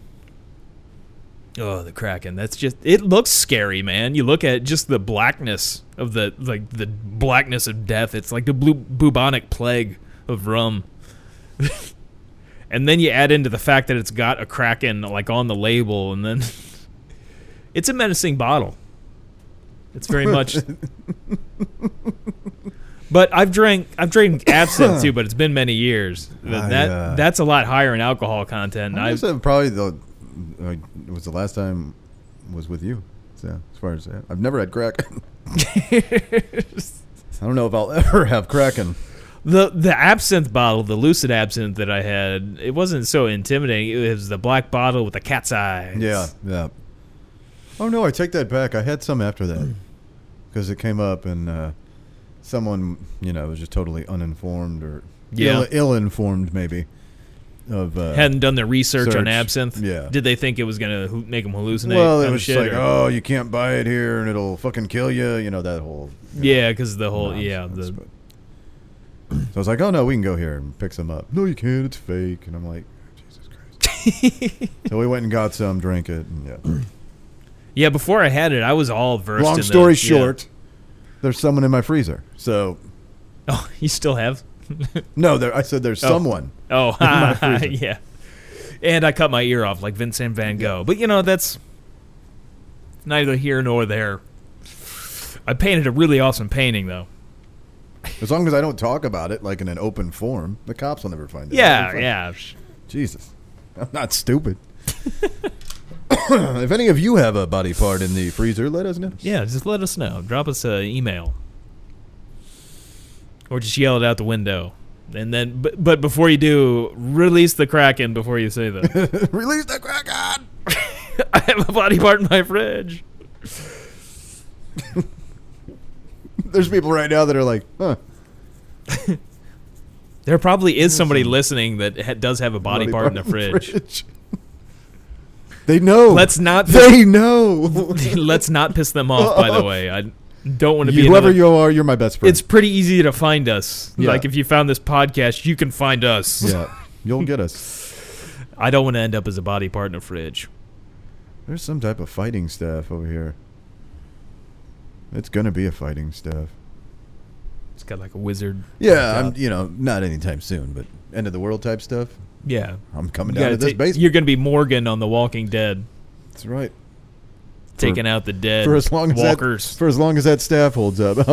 Oh, the kraken! That's just it looks scary, man. You look at just the blackness of the like the blackness of death. It's like the blue, bubonic plague of rum. And then you add into the fact that it's got a kraken like on the label, and then it's a menacing bottle. It's very much. but I've drank I've drank absinthe too, but it's been many years. But I, that uh, that's a lot higher in alcohol content. and I, I guess that probably the I, it was the last time was with you. So as far as that, I've never had kraken. I don't know if I'll ever have kraken. the the absinthe bottle, the lucid absinthe that I had, it wasn't so intimidating. It was the black bottle with the cat's eyes. Yeah, yeah. Oh no, I take that back. I had some after that because it came up and uh, someone you know was just totally uninformed or Yeah. ill, ill-informed maybe of uh, Hadn't done the research Search. on absinthe. Yeah. Did they think it was gonna hu- make them hallucinate? well, it and was shit, just like or- oh you can't buy it here and it'll fucking kill you. You know that whole Yeah, because the whole yeah nonsense, the but- so I was like, oh no, we can go here and pick some up. No, you can't. It's fake. And I'm like, Jesus Christ. so we went and got some, drank it. And yeah. yeah before I had it, I was all versed. in Long the- story yeah. short, there's someone in my freezer. So oh, you still have? no, there. I said there's someone. Oh, freezer. yeah. And I cut my ear off like Vincent Van Gogh, but you know that's neither here nor there. I painted a really awesome painting though. As long as I don't talk about it, like in an open forum, the cops will never find it. They'll Yeah, find- yeah. Jesus, I'm not stupid. if any of you have a body part in the freezer, let us know. Yeah, just let us know. Drop us an email, or just yell it out the window. And then, but, but before you do, release the kraken before you say that. Release the kraken. I have a body part in my fridge. There's people right now that are like, huh, There probably is somebody listening that ha- does have a body, part, in the fridge. they know. Let's not They know. let's not piss them off. By the way, I don't want to be Whoever another- you are, you're my best friend. It's pretty easy to find us. Yeah. Like if you found this podcast, you can find us. yeah, you'll get us. I don't want to end up as a body part in a fridge. There's some type of fighting staff over here. It's gonna be a fighting staff. It's got like a wizard. Yeah, I'm. You know, not anytime soon, but end of the world type stuff. Yeah, I'm You coming down gotta to this ta- basement. You're going to be Morgan on The Walking Dead, That's right. taking out the dead For as long as that- walkers. for as long as that staff holds up.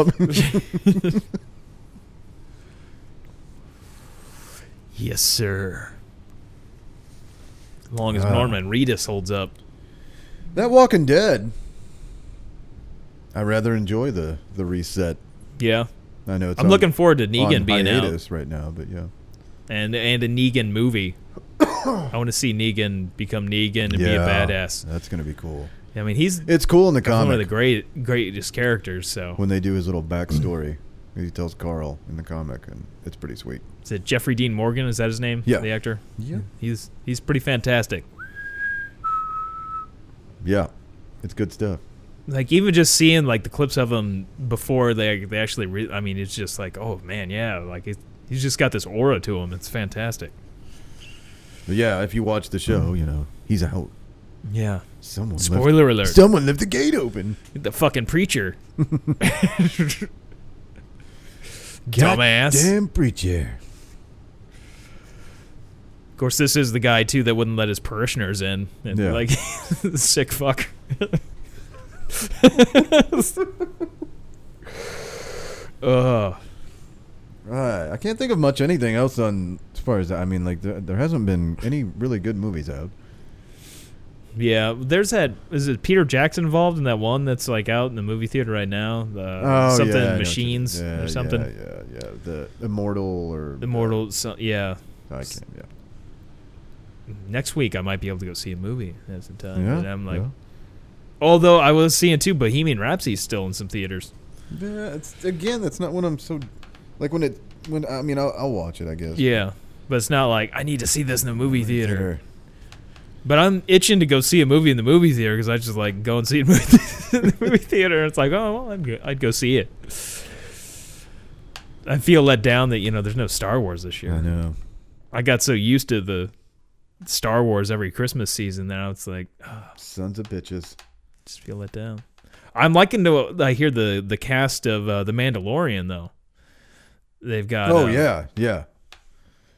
yes, sir. As long Uh, as Norman Reedus holds up. that Walking Dead. I rather enjoy the the reset. Yeah, I know it's. I'm on- looking forward to Negan on being out hiatus right now, but yeah. and and a Negan movie. I want to see Negan become Negan and be a badass. That's gonna be cool. I mean, he's It's cool in the comic one of the great greatest characters. So when they do his little backstory. he tells Carl in the comic, and it's pretty sweet. is it Jeffrey Dean Morgan? Is that his name? Yeah. the actor. Yeah, He's he's pretty fantastic. yeah, it's good stuff. like even just seeing like the clips of him before they they actually re- I mean it's just like oh man yeah like it, he's just got this aura to him it's fantastic But yeah, if you watch the show, you know he's out. Yeah. Someone left, Spoiler alert. someone left the gate open. the fucking preacher. God Dumbass. Damn preacher. Of course, this is the guy too that wouldn't let his parishioners in. And Yeah. Like, sick fuck. Ugh. Right. I can't think of much anything else on as far as that. I mean, like there, there hasn't been any really good movies out. Yeah, there's that. Is it Peter Jackson involved in that one that's like out in the movie theater right now? The something Oh, I know what you- machines yeah, or something. Yeah, yeah, yeah. The immortal or Immortal. So, yeah. I can't. Yeah. Next week I might be able to go see a movie. That's the time. Yeah. And I'm like, yeah. although I was seeing too Bohemian Rhapsody still in some theaters. Yeah, it's again. That's not when I'm so, like when it when I mean I'll, I'll watch it. I guess. Yeah, but it's not like I need to see this in the movie theater. But I'm itching to go see a movie in the movie theater because I just like go and see it in the movie theater. It's like, oh, well, I'd go, I'd go see it. I feel let down that you know there's no Star Wars this year. I know. I got so used to the Star Wars every Christmas season. Now it's like I Sons of bitches. just feel let down. I'm liking to. I hear the the cast of uh, the Mandalorian though. They've got uh, Oh yeah, yeah.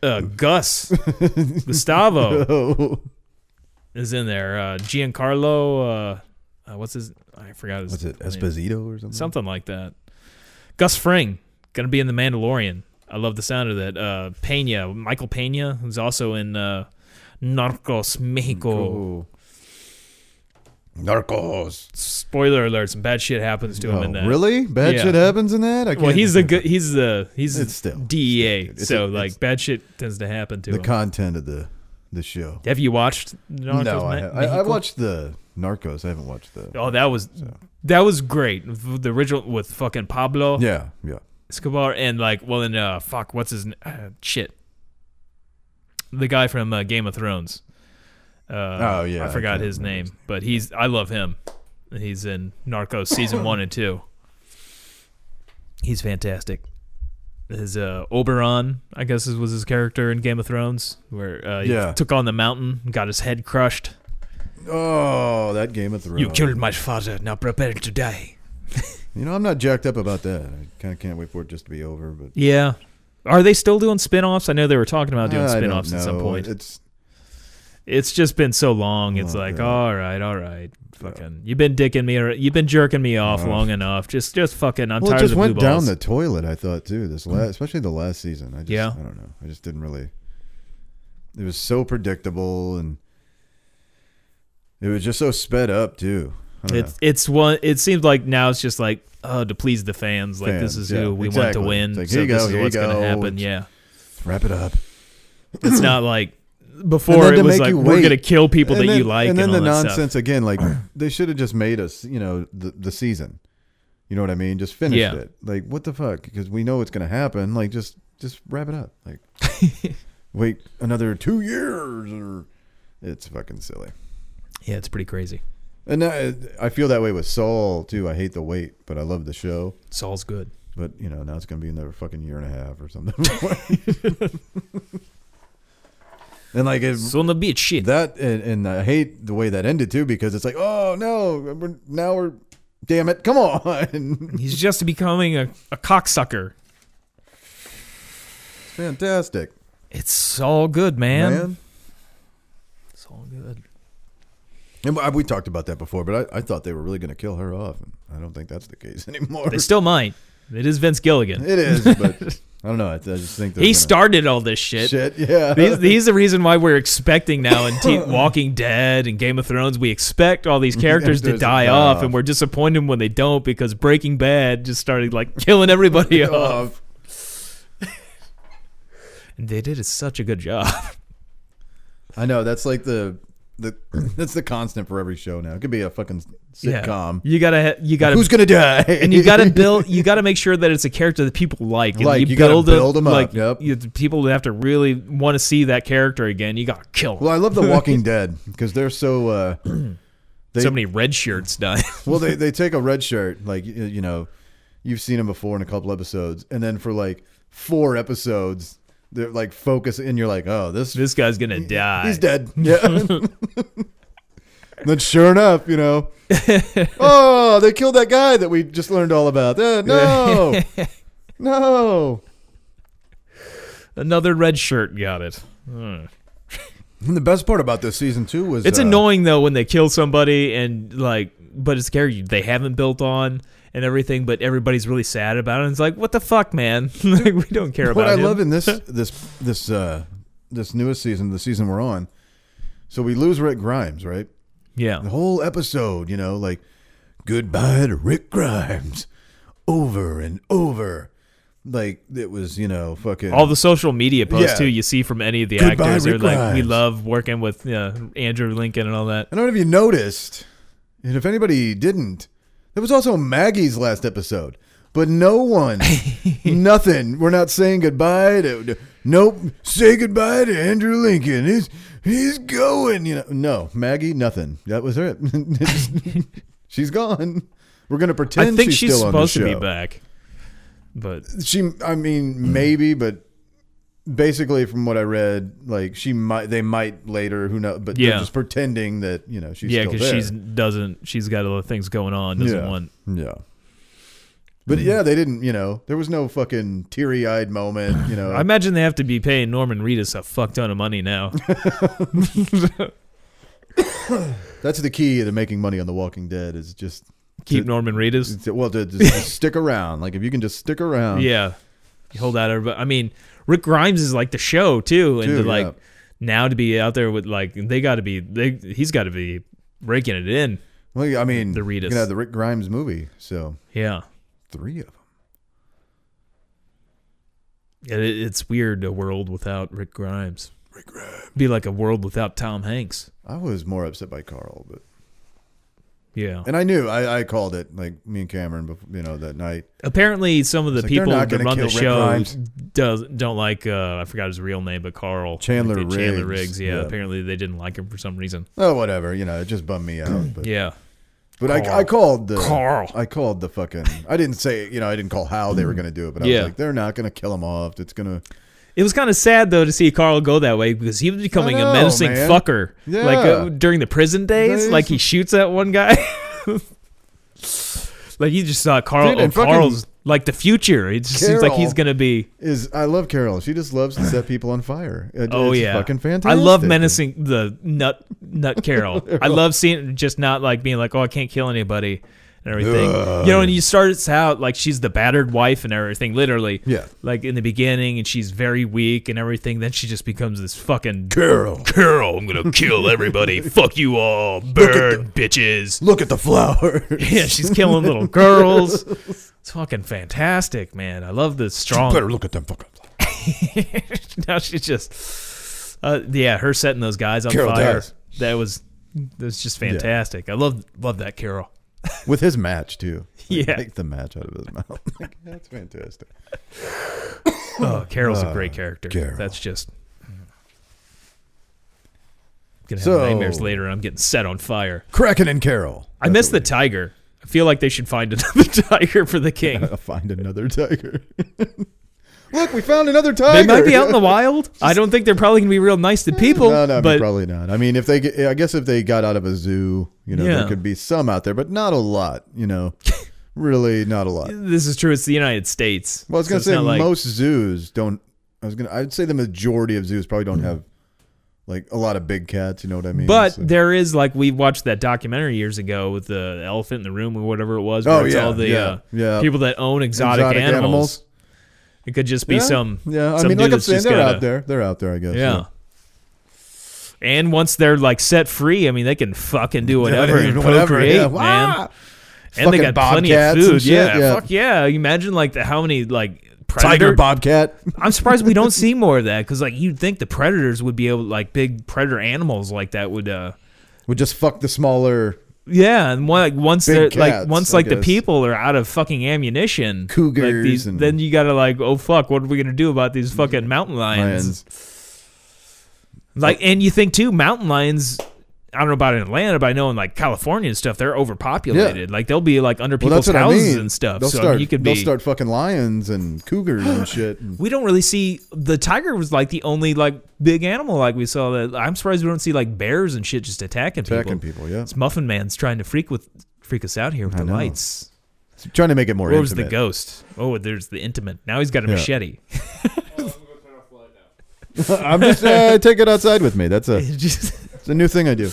uh, Gus Gustavo Oh. is in there. Uh, Giancarlo, uh, uh, what's his? I forgot his. What's it? name. Esposito or something? Something like that. Gus Fring gonna be in the Mandalorian. I love the sound of that. Uh, Pena, Michael Pena, who's also in uh, Narcos Mexico. Cool. Oh. Narcos. Spoiler alert: some bad shit happens to him in Oh, that. really? Bad Yeah. shit happens in that. I Well, can't- he's the good. He's the he's It's still- DEA. it's- so it's- like bad shit tends to happen to The him. content of the the show. Have you watched? Narcos no, I, Me- ha- I, I Mexico? watched the Narcos. I haven't watched the. Oh, that was that was great. The original with fucking Pablo Yeah, yeah. Escobar and like, well, and uh, fuck, what's his n- uh, shit? The guy from uh, Game of Thrones. Uh, Oh, yeah, I I forgot can't his remember name, but he's I love him. He's in Narcos season one and two. He's fantastic. His uh, Oberon, I guess, is- was his character in Game of Thrones, where uh, he Yeah. took on the mountain, and got his head crushed. Oh, that Game of Thrones. You killed my father. Now prepare to die. You know, I'm not jacked up about that. I kind of can't wait for it just to be over. But Yeah. Are they still doing spin-offs? I know they were talking about doing I don't spin-offs at some know. point. It's It's just been so long. It's Oh, like, yeah. all right, all right. Fucking you've been dicking me or you've been jerking me off Oh. long enough. Just just fucking I'm well, it tired just of the went blue down balls. Mm. the toilet. I thought too. This last, especially the last season. I just, Yeah. I don't know. I just didn't really. It was so predictable, and it was just so sped up too. I don't it's it's one it seems like now it's just like oh to please the fans. Like this Fans, is yeah, who we want to exactly. win. It's like, so here you this go, is here you what's go. gonna happen. It's- Yeah. know. wrap it up. It's not like before to it was make like you we're wait. gonna kill people And that then- you like and and, then the all that nonsense stuff. again. Like they should have just made us, you know, the the season. You know what I mean? Just finished Yeah. it. Like what the fuck? Because we know it's gonna happen. Like just just wrap it up. Like wait another two years or it's fucking silly. Yeah, it's pretty crazy. And I, I feel that way with Saul too. I hate the wait, but I love the show. Saul's good. But you know now it's gonna be another fucking year and a half or something. and like it, So on the beach shit. that and, and I hate the way that ended too because it's like, oh no, we're, now we're, damn it, come on, He's just becoming a, a cocksucker. fantastic, It's all good, man. man. It's all good. And I- we talked about that before, but I, I thought they were really going to kill her off, and I don't think that's the case anymore. They still might. It is Vince Gilligan. it is, but I don't know. I, I just think they're He gonna- started all this shit. shit. Yeah, He's, he's the reason why we're expecting now in Teen Walking Dead and Game of Thrones. We expect all these characters to Characters to die die off, off. and we're disappointed when they don't because Breaking Bad just started like killing everybody off. Off. And they did such a good job. I know that's like the the that's the constant for every show now. It could be a fucking sitcom. You gotta, ha- you gotta, Who's gonna die? and you got to build you got to make sure that it's a character that people like and Like, you, you gotta build, build 'em up, like yep. you, people that have to really want to see that character again you got to kill 'em. Well, I love The Walking Dead because they're so. Uh, they, so many red shirts die Well, they, they take a red shirt, like, y- you know, you've seen him before in a couple episodes. And then for like four episodes, they're like focus, and you're like, oh, this, this guy's gonna die he's dead. Yeah. then sure enough, you know, oh, they killed that guy that we just learned all about. Eh, no, no. Another red shirt got it. And the best part about this season too was It's uh, annoying though when they kill somebody and like, but it's a character they haven't built on and everything, but everybody's really sad about it. And it's like, what the fuck, man? like, we don't care What about I him. love in this this this uh this newest season, the season we're on. So we lose Rick Grimes, right? The yeah, whole episode, you know, like goodbye to Rick Grimes, over and over. Like it was, you know, fucking all the social media posts Yeah. too you see from any of the Goodbye, actors. Rick They're like, we Grimes. love working with uh, Andrew Lincoln and all that. I don't know if you noticed, and if anybody didn't, there was also Maggie's last episode. But no one, nothing. We're not saying goodbye to. Nope. Say goodbye to Andrew Lincoln. He's he's going. You know. No, Maggie. Nothing. That was it. she's gone. We're gonna pretend. I think she's, she's, still supposed to on the be show. back, but She. I Mm-hmm. mean, maybe, but basically, from what I read, like she might. They might later. Who knows? But they're Yeah. just pretending that you know she's. yeah, because because she's doesn't she's got other things going on. Doesn't yeah. want. Mm-hmm. Yeah. But yeah, they didn't, you know, there was no fucking teary eyed moment, you know. I imagine they have to be paying Norman Reedus a fuck ton of money now. That's the key to making money on The Walking Dead is just, Keep Norman Reedus. to- well, to just, just stick around. Like, if you can just stick around. Yeah, You hold out everybody. I mean, Rick Grimes is like the show too, and Dude, to like yeah. now to be out there with like they got to be they he's got to be raking it in. Well, I mean, The Reedus. you can have the Rick Grimes movie. So, Yeah, three of them. it, it's weird a world without Rick Grimes. Rick Grimes be like a world without Tom Hanks. I was more upset by Carl, but, Yeah. and I knew, I, I called it, like, me and Cameron, before, you know, that night. Apparently, some of the It's like, they're people not that gonna run the kill Rick show Grimes. does, don't like. Uh, I forgot his real name, but Carl Chandler I think Chandler Riggs, Riggs. Yeah, yeah. Apparently, they didn't like him for some reason. Oh, whatever, you know, it just bummed me out. But, Mm. Yeah. But I, I called the Carl. I called the fucking. I didn't say you know I didn't call how they were gonna do it, but I Yeah. was like they're not gonna kill him off. It's gonna It was kind of sad though to see Carl go that way because he was becoming a know, menacing man. fucker. Yeah. Like uh, during the prison days, Days. like he shoots that one guy. like you just saw Carl. Dude, oh, and fucking Carl's like the future. It just seems like Carol. he's gonna be. is. I love Carol. She just loves to set people on fire. It- Oh it's yeah, fucking fantastic. I love menacing the nut nut Carol. I love seeing it just not like being like, oh, I can't kill anybody and everything. You know, and you start it's out like she's the battered wife and everything, literally. Yeah. Like in the beginning, and she's very weak and everything. Then she just becomes this fucking Carol. Carol, I'm gonna kill everybody. Fuck you all, bird bitches. Look at the flower. Yeah, she's killing little girls. It's fucking fantastic, man. I love the strong Better look at them fucking. flowers. now she's just uh, yeah her setting those guys on Carol fire does. that was that's just fantastic i love love that carol With his match too. Like, Yeah. take the match out of his mouth. Like, That's fantastic. oh carol's a great character Carol. that's just gonna have So- nightmares later and i'm getting set on fire Kraken and Carol. i miss the tiger i feel like they should find another tiger for the king I'll find another tiger. look, we found another tiger. they might be out in the wild i don't think they're probably gonna be real nice to people No, no, I mean, but probably not. I mean, if they, get, I guess if they got out of a zoo, you know, Yeah. there could be some out there, but not a lot. You know, really not a lot. this is true it's the united states Well, I was gonna so say it's not like- most zoos don't. I was gonna. I'd say the majority of zoos probably don't have like a lot of big cats. You know what I Hmm. mean? But So- there is like we watched that documentary years ago with the elephant in the room or whatever it was. Oh, where it's yeah, all the yeah, uh, yeah. people that own exotic, animals. It could just be Yeah, some Yeah, Some I dude mean, like I'm that's saying, just they're gotta- out there. They're out there. I guess. Yeah. And once they're like set free, I mean, they can fucking do whatever and Whatever, procreate, yeah. man. Wah! And they Fucking got plenty of bobcats and food. shit, yeah, yeah. fuck yeah. You imagine like the, how many like predator Tiger bobcat. I'm surprised we don't see more of that because like you'd think the predators would be able like big predator animals like that would uh would just fuck the smaller Yeah, and one, like once Big they're like cats, once I like the guess. people are out of fucking ammunition, like Cougars these, and- then you gotta like, oh fuck, what are we gonna do about these fucking mountain lions? lions. Like, and you think too, mountain lions I don't know about in Atlanta, but I know in like California and stuff, they're overpopulated. Like they'll be like under Well, people's that's what I houses mean. and stuff. They'll so I mean, start. you could they'll be. start fucking lions and cougars and shit. And we don't really see the tiger was like the only like big animal like we saw that. I'm surprised we don't see like bears and shit just attacking people. Attacking people, yeah. It's Muffin Man's trying to freak with freak us out here with the know. lights. trying to make it more. Where was the intimate. ghost? Oh, there's the intimate. Now he's got a Yeah. machete. I'm just uh, take it outside with me. That's a Just- it's a new thing I do.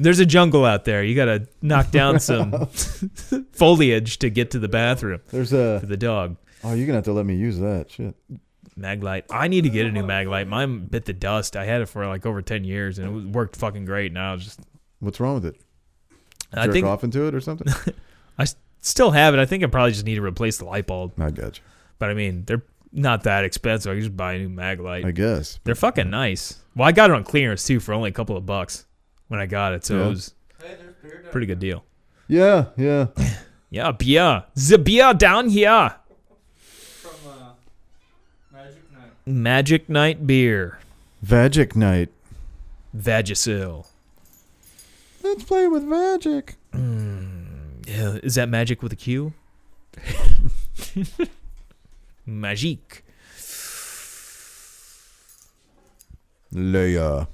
there's a jungle out there. You got to knock down some foliage to get to the bathroom There's for a the dog. oh you're gonna have to let me use that shit. Maglite. I need to get a new Maglite. Mine bit the dust. I had it for like over ten years, and it was- worked fucking great. Now I was just, What's wrong with it? I Jerk think off into it or something. I s- still have it. I think I probably just need to replace the light bulb. I got you. But I mean, they're not that expensive. I can just buy a new Maglite. I guess. they're fucking nice. Well, I got it on clearance too for only a couple of bucks when I got it, so Yeah. it was pretty good deal. Yeah, yeah. Yeah, beer, the beer down here. Magic Night beer, Vagic night. Vagisil. Let's play with magic. Yeah, is that magic with a Q? Magique. Leia.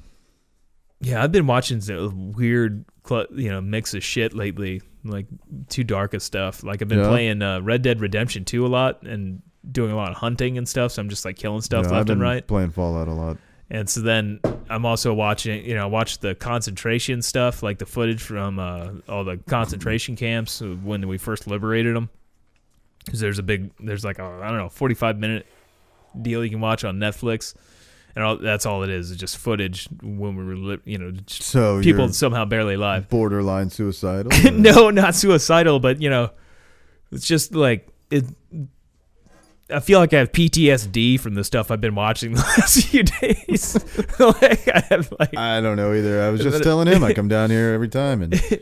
Yeah, I've been watching the weird, cl- you know, mix of shit lately, like too dark of stuff. Like I've been Yeah. playing uh, Red Dead Redemption 2 a lot and doing a lot of hunting and stuff. So I'm just like killing stuff Yeah, I've left been and right. playing Fallout a lot. And so then I'm also watching, you know, I watched the concentration stuff, like the footage from uh, all the concentration camps of when we first liberated them. Because there's a big, there's like a, I don't know, 45 minute deal you can watch on Netflix. And all, that's all it is, is just footage when we were, li- you know, just So people you're somehow barely alive. borderline suicidal. or- no, not suicidal, but, you know, it's just like, it. I feel like I have PTSD from the stuff I've been watching the last few days. like I have like I don't know either. I was just it- telling him I come down here every time and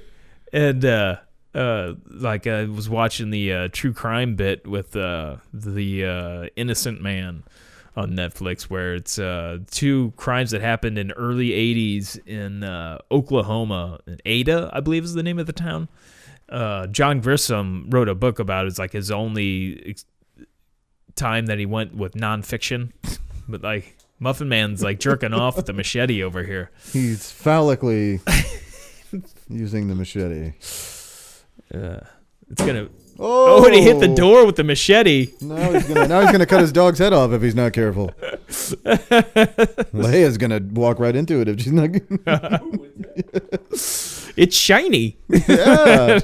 and uh uh like I was watching the uh, true crime bit with uh the uh innocent man on Netflix where it's uh two crimes that happened in early 80s in uh Oklahoma in Ada I believe is the name of the town uh John Grissom wrote a book about it. it's like his only ex- time that he went with nonfiction but like Muffin Man's like jerking off with the machete over here he's phallically using the machete. uh, it's gonna Oh, Oh, and he hit the door with the machete. Now he's gonna now he's gonna cut his dog's head off if he's not careful. Leia's gonna walk right into it if she's not. It's shiny. yeah.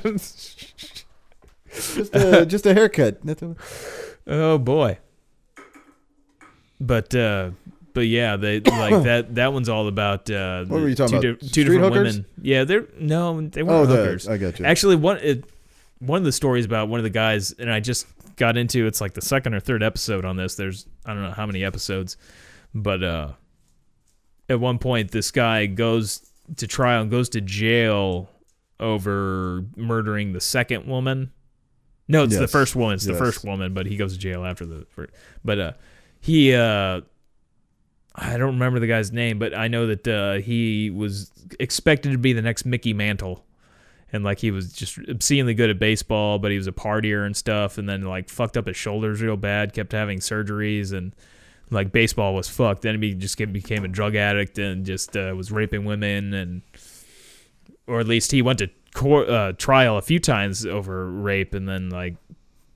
just a just a haircut. That's all. Oh boy. But uh but yeah, they like that that one's all about uh What were you talking two, about? di- two Street different hookers? women. Yeah, they're no, they Oh, weren't the- hookers. I got you. Actually one it, one of the stories about one of the guys and I just got into it's like the second or third episode on this. There's I don't know how many episodes, but uh at one point this guy goes to trial and goes to jail over murdering the second woman. No, it's the Yes. first woman. It's Yes. the first woman, but he goes to jail after the first. But uh, he uh, I don't remember the guy's name, but I know that uh, he was expected to be the next Mickey Mantle. And like he was just obscenely good at baseball, but he was a partier and stuff, and then like fucked up his shoulders real bad, kept having surgeries, and like baseball was fucked. Then he just get- became a drug addict and just uh, was raping women, and or at least he went to court, uh, trial a few times over rape, and then like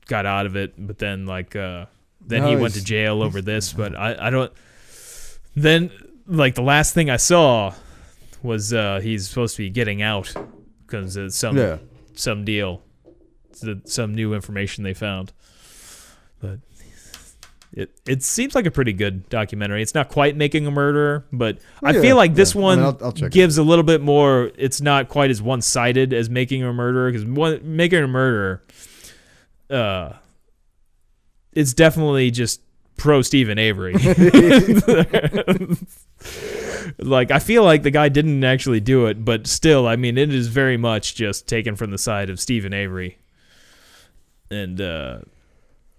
got out of it. But then like uh, then No, he went he's- to jail over this. But I I don't. Then like the last thing I saw was uh, he's supposed to be getting out because of some Yeah. some deal, the, some new information they found. But it it seems like a pretty good documentary. It's not quite making a murderer, but I Yeah, feel like this yeah. I mean, one I'll- I'll check it gives a little bit more. It's not quite as one sided as making a murderer because making a murderer, uh, it's definitely just pro Stephen Avery. like I feel like the guy didn't actually do it, but still, I mean, it is very much just taken from the side of Stephen Avery, and uh,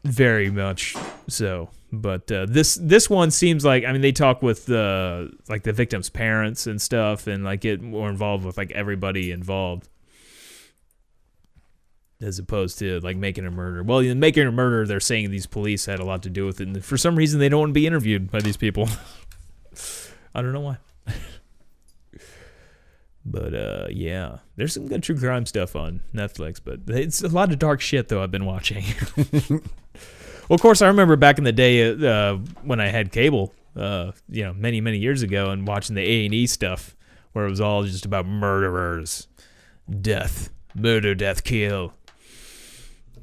very much so. but uh, this this one seems like I mean they talk with the like the victim's parents and stuff and like get more involved with like everybody involved as opposed to like making a murder. Well, in making a murder, they're saying these police had a lot to do with it, and for some reason they don't want to be interviewed by these people. I don't know why. But uh, yeah, there's some good true crime stuff on Netflix, but it's a lot of dark shit though I've been watching. well, of course, I remember back in the day uh, when I had cable, uh, you know, many many years ago, and watching the A and E stuff where it was all just about murderers, death, murder, death, kill.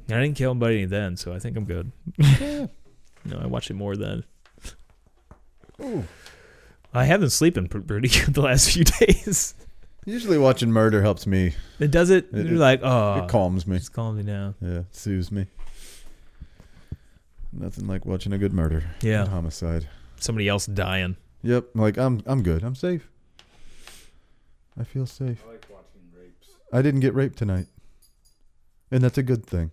And I didn't kill anybody then, so I think I'm good. no, I watched it more then. I have been sleeping pr- pretty good the last few days. Usually watching murder helps me. It does it. It- you're it- like, oh, it calms me. It's calming me down. Yeah, it soothes me. Nothing like watching a good murder. Yeah. and homicide. Somebody else dying. Yep, like I'm I'm good. I'm safe. I feel safe. I like watching rapes. I didn't get raped tonight. And that's a good thing.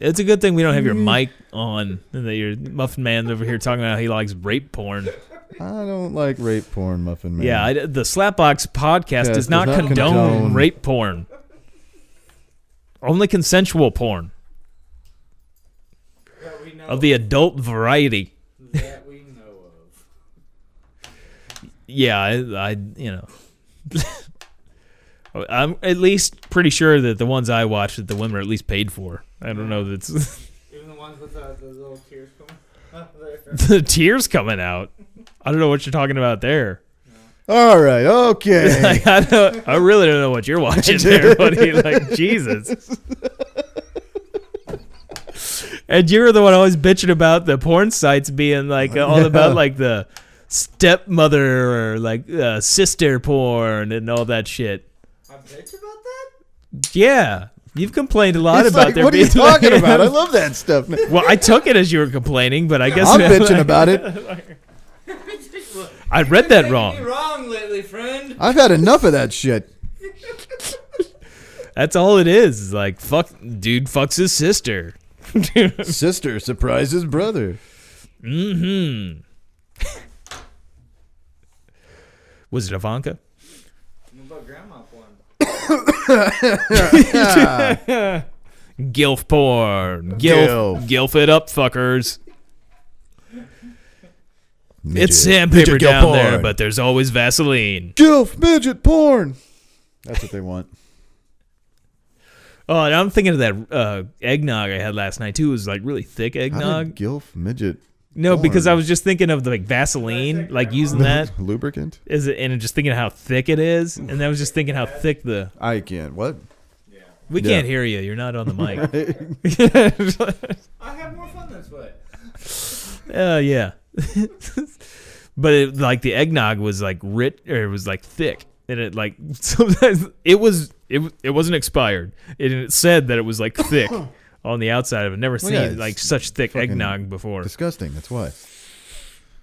It's a good thing we don't have your mic on, and that your muffin man over here talking about how he likes rape porn. I don't like rape porn, muffin man. Yeah, I, the Slapbox podcast Yeah, does not, condone, condone. rape porn. Only consensual porn That we know of the adult variety. that we know of. Yeah, I, I you know. I'm at least pretty sure that the ones I watched that the women are at least paid for. I don't know that's Even the ones with uh, those little tears coming up there. the tears coming out. I don't know what you're talking about there. All right. Okay. Like, I, don't, I really don't know what you're watching there, buddy. Like, Jesus. And you were the one always bitching about the porn sites being like all about like the stepmother or like uh, sister porn and all that shit. I bitch about that? Yeah. You've complained a lot It's about like, there what are you being- talking about? I love that stuff. well, I took it as you were complaining, but I guess I'm bitching about it. I read that You're wrong. wrong lately, friend. I've had enough of that shit. That's all it is. is Like fuck, dude fucks his sister. Sister surprises brother. Mm-hmm. Was it Ivanka? What about grandma porn? Gilf porn. Gilf. Gilf. Gilf it up, fuckers. It's Midget sandpaper gilf down there, porn. but there's always Vaseline. Gilf midget porn. That's what they want. Oh, and I'm thinking of that uh, eggnog I had last night too. It was like really thick How did eggnog. Gilf midget No, because porn? I was just thinking of like Vaseline, like using that lubricant? is it, and just thinking how thick it is, and I was just thinking how thick the. I can't. What? We Yeah. can't hear you. You're not on the mic. I have more fun this way. Uh, yeah. but it, like the eggnog was like rich, or it was like thick, and it like sometimes it was it w- it wasn't expired, and it said that it was like thick on the outside of it. Never seen yeah, it's like such thick fucking eggnog before. Disgusting. That's why.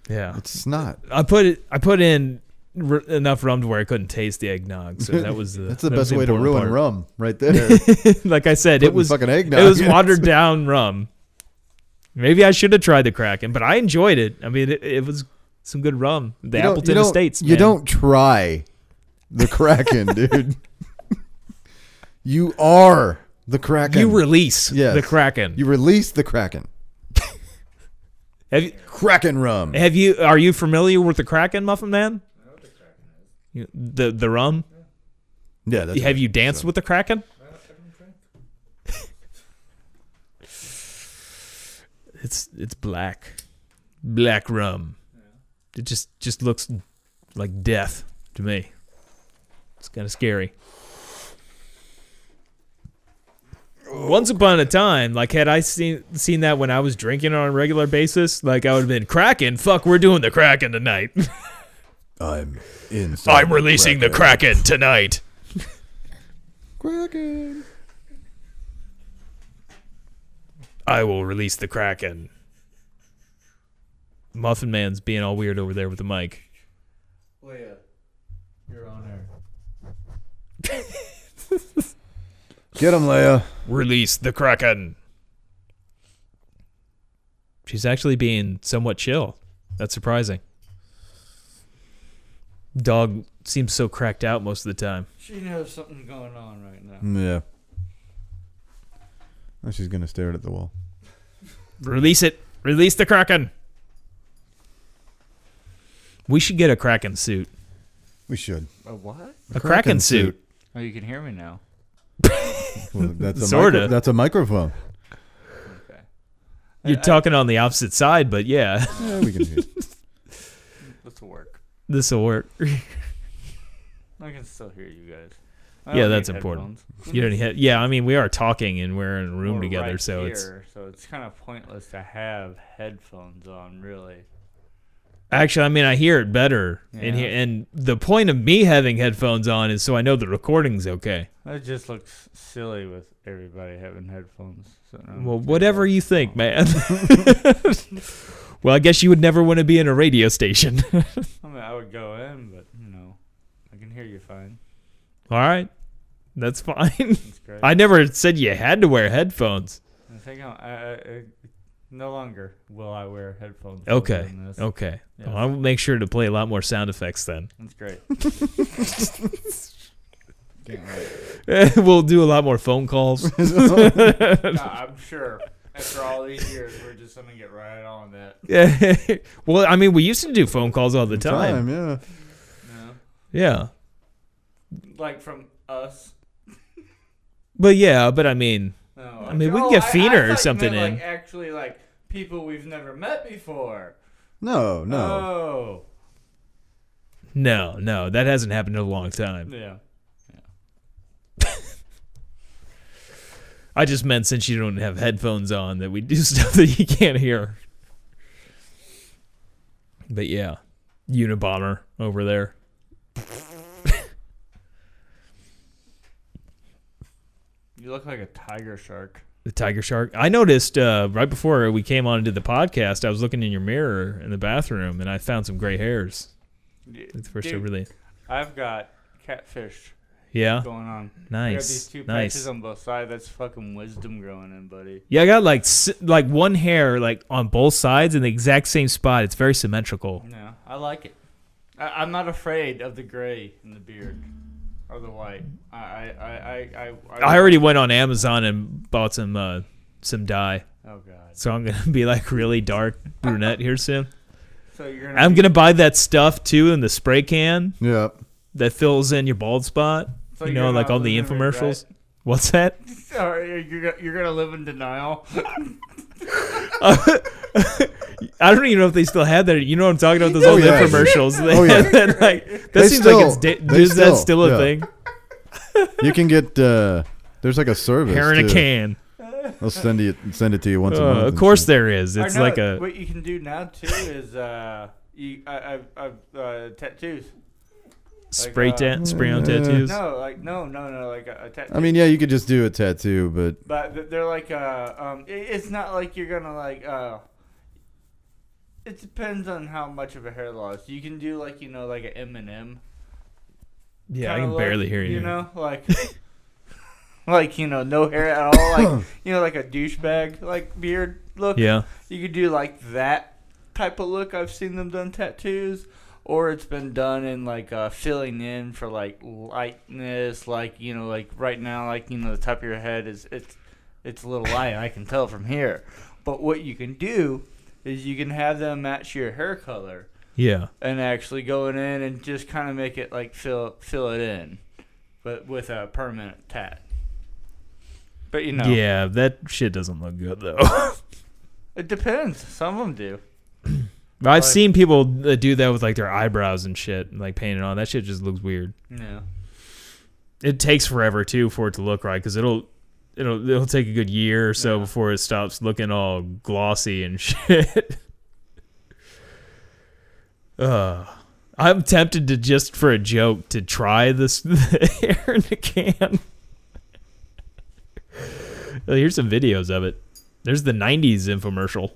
yeah, It's snot. I put it. I put in r- enough rum to where I couldn't taste the eggnog. So that was the That's the that was best way to important ruin part. rum, right there. like I said, it Putting was fucking eggnog It was in. watered down rum. Maybe I should have tried the Kraken, but I enjoyed it. I mean, it, it was some good rum. The You don't- Appleton you don't- Estates. You man. don't try the Kraken, dude. you are the Kraken. You release Yes. the Kraken. You release the Kraken. have you? Kraken rum. Have you? Are you familiar with the Kraken, Muffin Man? You- The the rum. Yeah, that's Have you danced with the Kraken? it's it's black, black rum. It just just looks like death to me. It's kind of scary. Once upon a time, like had I seen seen that when I was drinking on a regular basis, like I would have been Kraken. Fuck, we're doing the Kraken tonight. I'm inside. I'm releasing the Kraken tonight. Kraken. I will release the Kraken. Muffin Man's being all weird over there with the mic. Leah, you're on air. Get him, Leia. Release the Kraken. She's actually being somewhat chill. That's surprising. Dog seems so cracked out most of the time. She knows something's going on right now. Yeah. Now she's gonna stare at the wall. Release it. Release the Kraken. We should get a Kraken suit. We should. A what? A Kraken, suit. Oh, you can hear me now. Well, that's a Sorta. micro- that's a microphone. Okay. You're talking on the opposite side, but yeah, Yeah, we can hear. you. This will work. this will work. I can still hear you guys. I Yeah, don't that's need important. headphones. You don't hit. Yeah, I mean, we are talking and we're in a room We're together, right so it's here, so it's kind of pointless to have headphones on, really. actually. I mean, I hear it better in Yeah. here. And the point of me having headphones on is so I know the recording's okay. That just looks silly with everybody having headphones. So no, Well, it's whatever okay. you think, man. well, I guess you would never want to be in a radio station. All I mean, I would go in, but you know, I can hear you fine. right, that's fine. It's great. I never said you had to wear headphones. I think I'm, I, I, I, no longer will I wear headphones. while Okay. doing This. Okay. Yeah. Well, I'll make sure to play a lot more sound effects then. That's great. Can't wait. we'll do a lot more phone calls. No, I'm sure after all these years, we're just gonna get right on that. Yeah. well, I mean, we used to do phone calls all the time. Time, yeah. No, Yeah. like from us. But yeah, but I mean, No, Oh, I mean, we can get Feener or something meant, in. Like, actually, like people we've never met before. No, no. Oh, no, no, that hasn't happened in a long time. yeah. I just meant since you don't have headphones on that we do stuff that you can't hear. But yeah, Unabomber over there. You look like a tiger shark. The tiger shark. I noticed uh, right before we came on and did the podcast, I was looking in your mirror in the bathroom and I found some gray hairs. That's the first I Dude, really. I've got catfish Yeah. going on. I got Nice. these two nice. patches on both sides. That's fucking wisdom growing in, buddy. Yeah, I got like s- like one hair like on both sides in the exact same spot. It's very symmetrical. No, I like it. I, I'm not afraid of the gray in the beard or the white. I I I I, I, I already went on Amazon and bought some uh, some dye, Oh god. so I'm gonna be like really dark brunette here soon. So you're gonna. I'm be- gonna buy that stuff too in the spray can Yeah. that fills in your bald spot. So you you're know, like not all the losing regret. infomercials. What's that? Sorry, you're gonna- you're gonna live in denial. I don't even know if they still had that. You know what I'm talking about? Those old Oh, yeah. infomercials. They Oh, yeah. had that, like, that They seems still- like it's da- they is still- that still a yeah. thing? You can get. uh There's like a service. Hair in a too. can. They'll send you send it to you once a Uh, month. of and course shit. there is. Or It's no, like a What you can do now too is uh, you I I, I uh, tattoos. spray uh, tan- spray on Yeah. tattoos. No, like no, no, no, like a, a tattoo. I mean, yeah, you could just do a tattoo, but But th- they're like, uh, um, i it's not like you're gonna like, uh, it depends on how much of a hair loss. You can do like, you know, like an M. Yeah, I can barely hear you. You know, like, like you know, no hair at all. Like you know, like a douchebag like beard look. Yeah. You could do like that type of look. I've seen them done tattoos, or it's been done in like uh, filling in for like lightness. Like you know, like right now, like you know, the top of your head is it's it's a little light. I can tell from here. But what you can do is you can have them match your hair color Yeah. and actually going in and just kind of make it like fill fill it in, but with a permanent tat. But you know, Yeah, that shit doesn't look good though. it depends. Some of them do. I've seen people that do that with like their eyebrows and shit, and, like painted on. That shit just looks weird. No. It takes forever too for it to look right because it'll it'll it'll take a good year or so before it stops looking all glossy and shit. uh I'm tempted to just for a joke to try this hair in a can. Oh, Here's some videos of it. There's the 90s infomercial.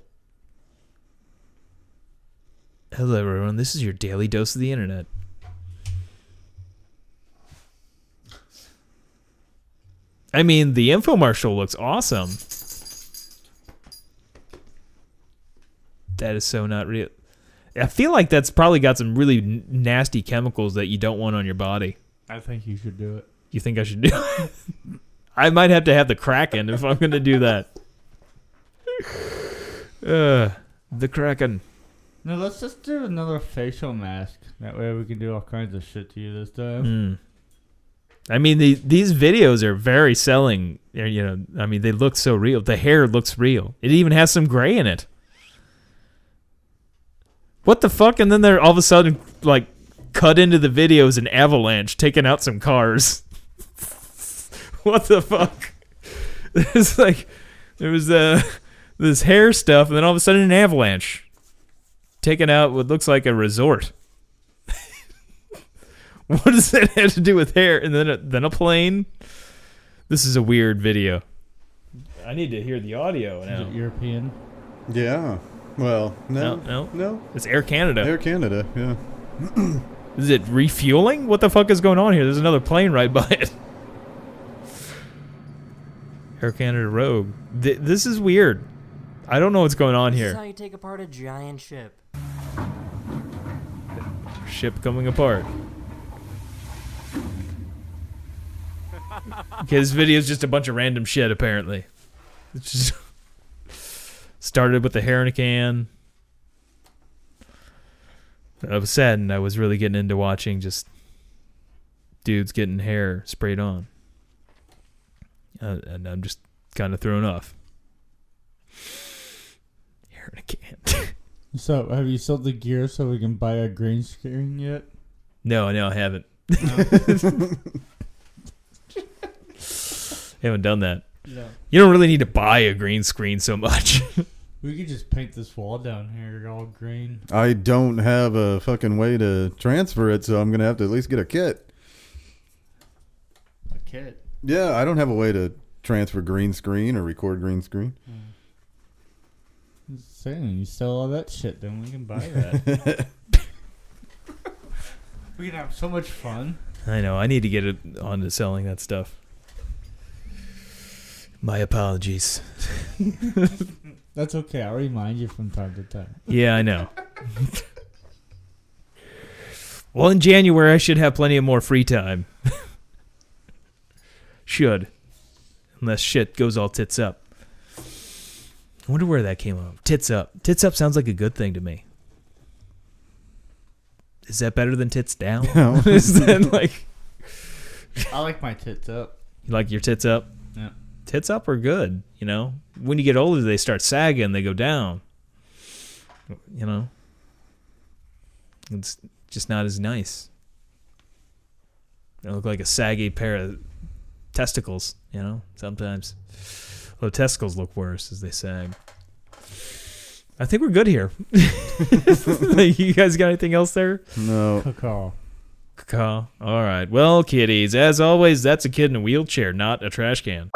Hello, everyone. This is your daily dose of the internet. I mean, the infomercial looks awesome. That is so not real. I feel like that's probably got some really n- nasty chemicals that you don't want on your body. I think you should do it. You think I should do it? I might have to have the Kraken if I'm going to do that. Uh, the Kraken. No, let's just do another facial mask. That way we can do all kinds of shit to you this time. Mm. I mean, the, these videos are very selling. They're, You know, I mean, they look so real. The hair looks real. It even has some gray in it. What the fuck? And then they're all of a sudden like cut into the videos an avalanche taking out some cars. what the fuck? It's like there was uh, this hair stuff, and then all of a sudden an avalanche taking out what looks like a resort. What does that have to do with hair? And then a, then a plane. This is a weird video. I need to hear the audio Is now. it European? Yeah. Well, no, No, no. no. It's Air Canada. Air Canada. Yeah. Is it refueling? What the fuck is going on here? There's another plane right by it. Air Canada Rogue. Th- this is weird. I don't know what's going on This is how here. you take apart a giant ship. Ship coming apart. Okay, this video is just a bunch of random shit, apparently. It's just started with the hair in a can. I was saddened. I was really getting into watching just dudes getting hair sprayed on. Uh, and I'm just kind of thrown off. Hair in a can. So, have you sold the gear so we can buy a green screen yet? no, no, I haven't. haven't done that. No. You don't really need to buy a green screen so much. We could just paint this wall down here all green. I don't have a fucking way to transfer it, so I'm gonna have to at least get a kit. A kit. Yeah, I don't have a way to transfer green screen or record green screen. Saying you sell all that shit, then we can buy that. we can have so much fun. I know. I need to get it onto selling that stuff. My apologies. That's okay. I'll remind you from time to time. Yeah, I know. well, in January, I should have plenty of more free time. should. Unless shit goes all tits up. I wonder where that came up. Tits up. Tits up sounds like a good thing to me. Is that better than tits down? No. Is that like I like my tits up. you like your tits up? Yeah. Tits up are good, you know? When you get older, they start sagging, they go down. You know? It's just not as nice. They look like a saggy pair of testicles, you know? Sometimes. Although testicles look worse as they sag. I think we're good here. you guys got anything else there? No. Call. Caw. All right. Well, kiddies, as always, that's a kid in a wheelchair, not a trash can.